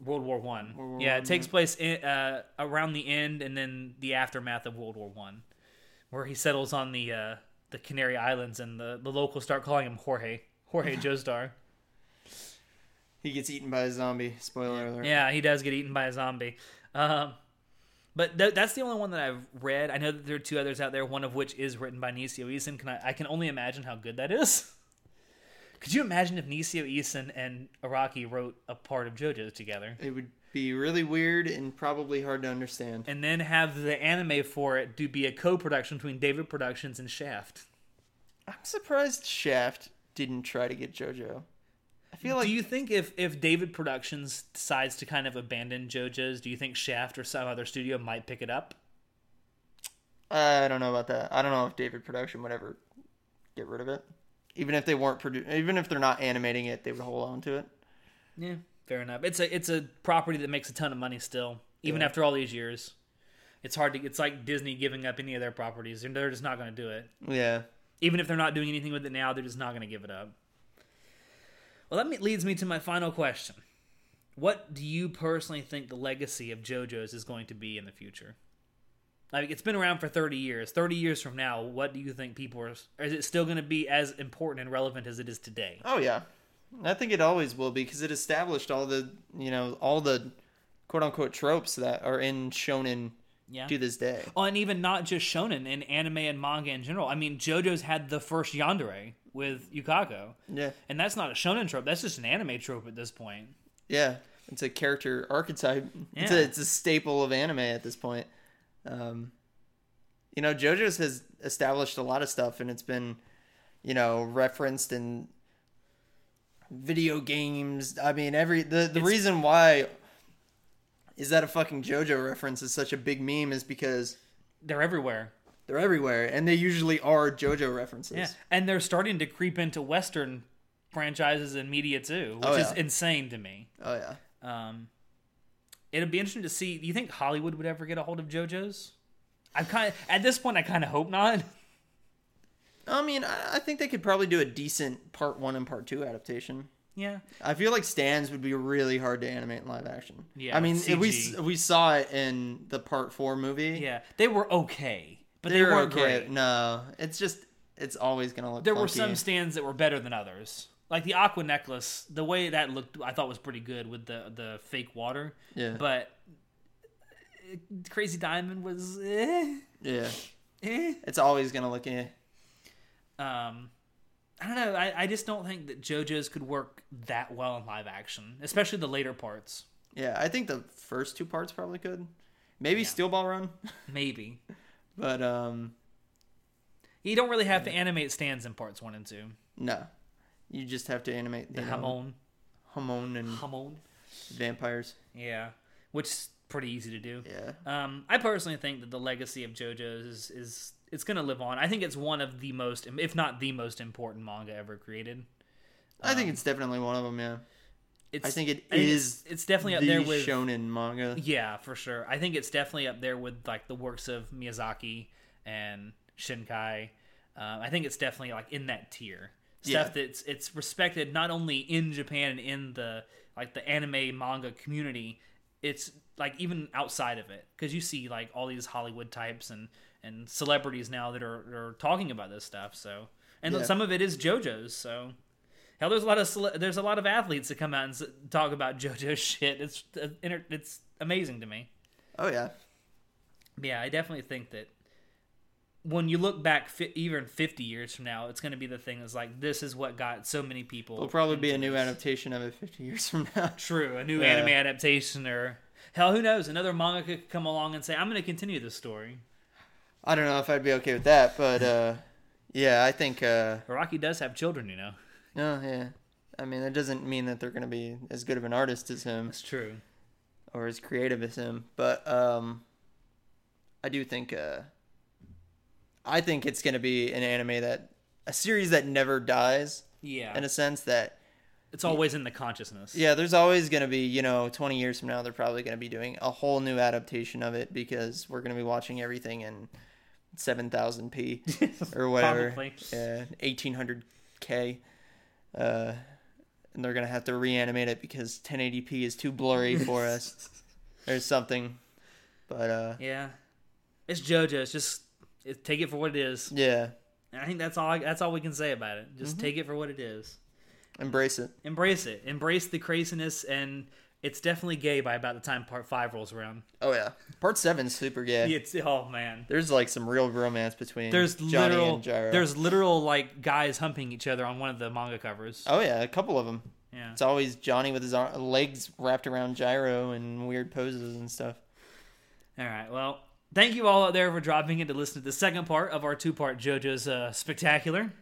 A: World War One.
B: War
A: Yeah,
B: One,
A: it takes place in, uh, around the end and then the aftermath of World War One, where he settles on the uh, the Canary Islands, and the, the locals start calling him Jorge Jorge Joestar.
B: he gets eaten by a zombie. Spoiler alert.
A: Yeah, he does get eaten by a zombie. Um, but th- that's the only one that I've read. I know that there are two others out there, one of which is written by Nisio Eason. Can I, I can only imagine how good that is. Could you imagine if Nisio Eason and Araki wrote a part of JoJo's together?
B: It would be really weird and probably hard to understand.
A: And then have the anime for it to be a co production between David Productions and Shaft.
B: I'm surprised Shaft didn't try to get JoJo. I feel like
A: do you think if, if David Productions decides to kind of abandon JoJo's, do you think Shaft or some other studio might pick it up?
B: I don't know about that. I don't know if David Production would ever get rid of it. Even if they weren't produ- even if they're not animating it, they would hold on to it.
A: Yeah, fair enough. It's a it's a property that makes a ton of money still, even after all these years. It's hard to. It's like Disney giving up any of their properties, and they're just not going to do it.
B: Yeah.
A: Even if they're not doing anything with it now, they're just not going to give it up. Well, that me- leads me to my final question: What do you personally think the legacy of JoJo's is going to be in the future? Like it's been around for thirty years. Thirty years from now, what do you think people are? Is it still going to be as important and relevant as it is today?
B: Oh yeah. I think it always will be because it established all the you know all the quote unquote tropes that are in shonen
A: Yeah.
B: to this day.
A: Oh, and even not just shonen in anime and manga in general. I mean, JoJo's had the first yandere with Yukako,
B: Yeah.
A: and that's not a shonen trope. That's just an anime trope at this point.
B: Yeah. It's a character archetype. It's, a,
A: Yeah.
B: it's a staple of anime at this point. Um, you know, JoJo's has established a lot of stuff, and it's been, you know, referenced in video games. I mean, every the the reason why is that a fucking JoJo reference is such a big meme is because
A: They're everywhere.
B: they're everywhere, and they usually are JoJo references.
A: Yeah, and they're starting to creep into Western franchises and media too, which
B: Oh,
A: is
B: yeah.
A: insane to me.
B: Oh yeah.
A: Um, it'll be interesting to see. Do you think Hollywood would ever get a hold of JoJo's? I'm kind of at this point. I kind of hope not.
B: I mean, I, I think they could probably do a decent part one and part two adaptation.
A: yeah,
B: I feel like stands would be really hard to animate in live action.
A: Yeah,
B: I mean,
A: CG.
B: we s- we saw it in the part four movie.
A: yeah. They were okay, but they,
B: They were
A: weren't
B: okay.
A: great.
B: No, it's just it's always gonna look.
A: There were
B: clunky.
A: some stands that were better than others. Like the aqua necklace, the way that looked, I thought was pretty good with the the fake water.
B: Yeah.
A: But uh, Crazy Diamond was eh,
B: yeah,
A: eh.
B: it's always gonna look. Eh.
A: um i don't know I, I just don't think that jojo's could work that well in live action especially the later parts
B: Yeah, I think the first two parts probably could. Maybe Steel Ball Run,
A: maybe
B: but um,
A: you don't really have to animate stands in parts one and two
B: no, you just have to animate the
A: the hamon
B: Hamon and
A: hamon
B: vampires.
A: yeah which is pretty easy to do
B: Yeah,
A: um i personally think that the legacy of jojo's is is it's gonna live on i think it's one of the most if not the most important manga ever created
B: I
A: Um,
B: think it's definitely one of them. Yeah,
A: it's
B: I think it
A: I think
B: is
A: it's, it's definitely up
B: the
A: there with
B: shonen manga.
A: Yeah, for sure. I think it's definitely up there with like the works of Miyazaki and Shinkai. Um, I think it's definitely like in that tier stuff that's it's respected not only in Japan and in the like the anime manga community. It's like even outside of it because you see like all these Hollywood types and and celebrities now that are, are talking about this stuff. So and
B: Yeah.
A: some of it is JoJo's. So Hell, there's a lot of cele- there's a lot of athletes that come out and s- talk about JoJo shit. It's uh, inter- it's amazing to me.
B: Oh yeah,
A: Yeah, I definitely think that when you look back, fi- even 50 years from now, it's going to be the thing that's like this is what got so many people.
B: there'll probably be a new adaptation of it 50 years from now.
A: True, a new
B: Yeah.
A: anime adaptation or hell, who knows? Another manga could come along and say, "I'm going to continue this story."
B: I don't know if I'd be okay with that, but uh, yeah, I think. Uh,
A: Araki does have children, you know.
B: no, yeah. I mean, that doesn't mean that they're going to be as good of an artist as him
A: That's true.
B: or as creative as him, but um, I do think. Uh, I think it's going to be an anime that. A series that never dies,
A: Yeah,
B: in a sense that.
A: it's always in the consciousness.
B: Yeah, there's always going to be, you know, 20 years from now, they're probably going to be doing a whole new adaptation of it because we're going to be watching everything in 7000p or whatever.
A: Probably.
B: Yeah, 1800k. Uh, and they're going to have to reanimate it because 1080p is too blurry for us or something. But, uh,
A: yeah. It's JoJo. It's just it, take it for what it is.
B: yeah,
A: And I think that's all. That's all we can say about it.
B: Mm-hmm.
A: Just take it for what it is.
B: embrace it.
A: Embrace it. Embrace the craziness, and it's definitely gay by about the time part five rolls around.
B: Oh, yeah. Part seven's super gay.
A: It's oh man.
B: There's like some real romance between
A: There's
B: Johnny
A: literal.
B: and Gyro.
A: There's literal like guys humping each other on one of the manga covers.
B: oh, yeah, a couple of them.
A: Yeah.
B: It's always Johnny with his ar- legs wrapped around gyro and weird poses and stuff.
A: All right. Well, thank you all out there for dropping in to listen to the second part of our two-part JoJo's uh, Spectacular.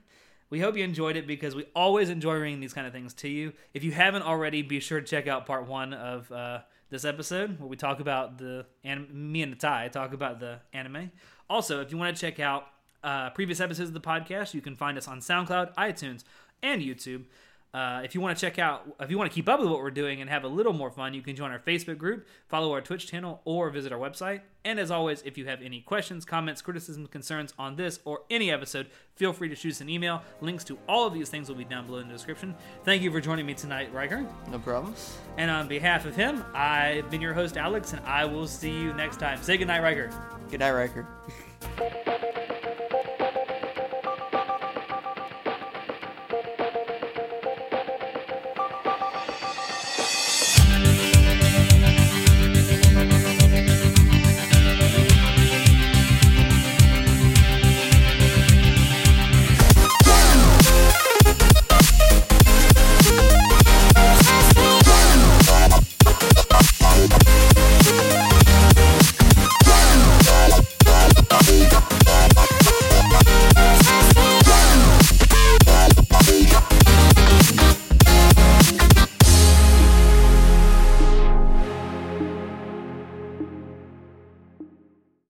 A: We hope you enjoyed it because we always enjoy bringing these kind of things to you. If you haven't already, be sure to check out part one of uh, this episode where we talk about the anim- me and Natai talk about the anime. Also, if you want to check out uh, previous episodes of the podcast, you can find us on SoundCloud, iTunes, and YouTube. Uh, if you want to check out, if you want to keep up with what we're doing and have a little more fun, you can join our Facebook group, follow our Twitch channel, or visit our website. And as always, if you have any questions, comments, criticisms, concerns on this or any episode, feel free to shoot us an email. Links to all of these things will be down below in the description. Thank you for joining me tonight, Riker.
B: No problem.
A: And on behalf of him, I've been your host, Alex, and I will see you next time. Say goodnight, Riker.
B: Good night, Riker.
C: Thank you.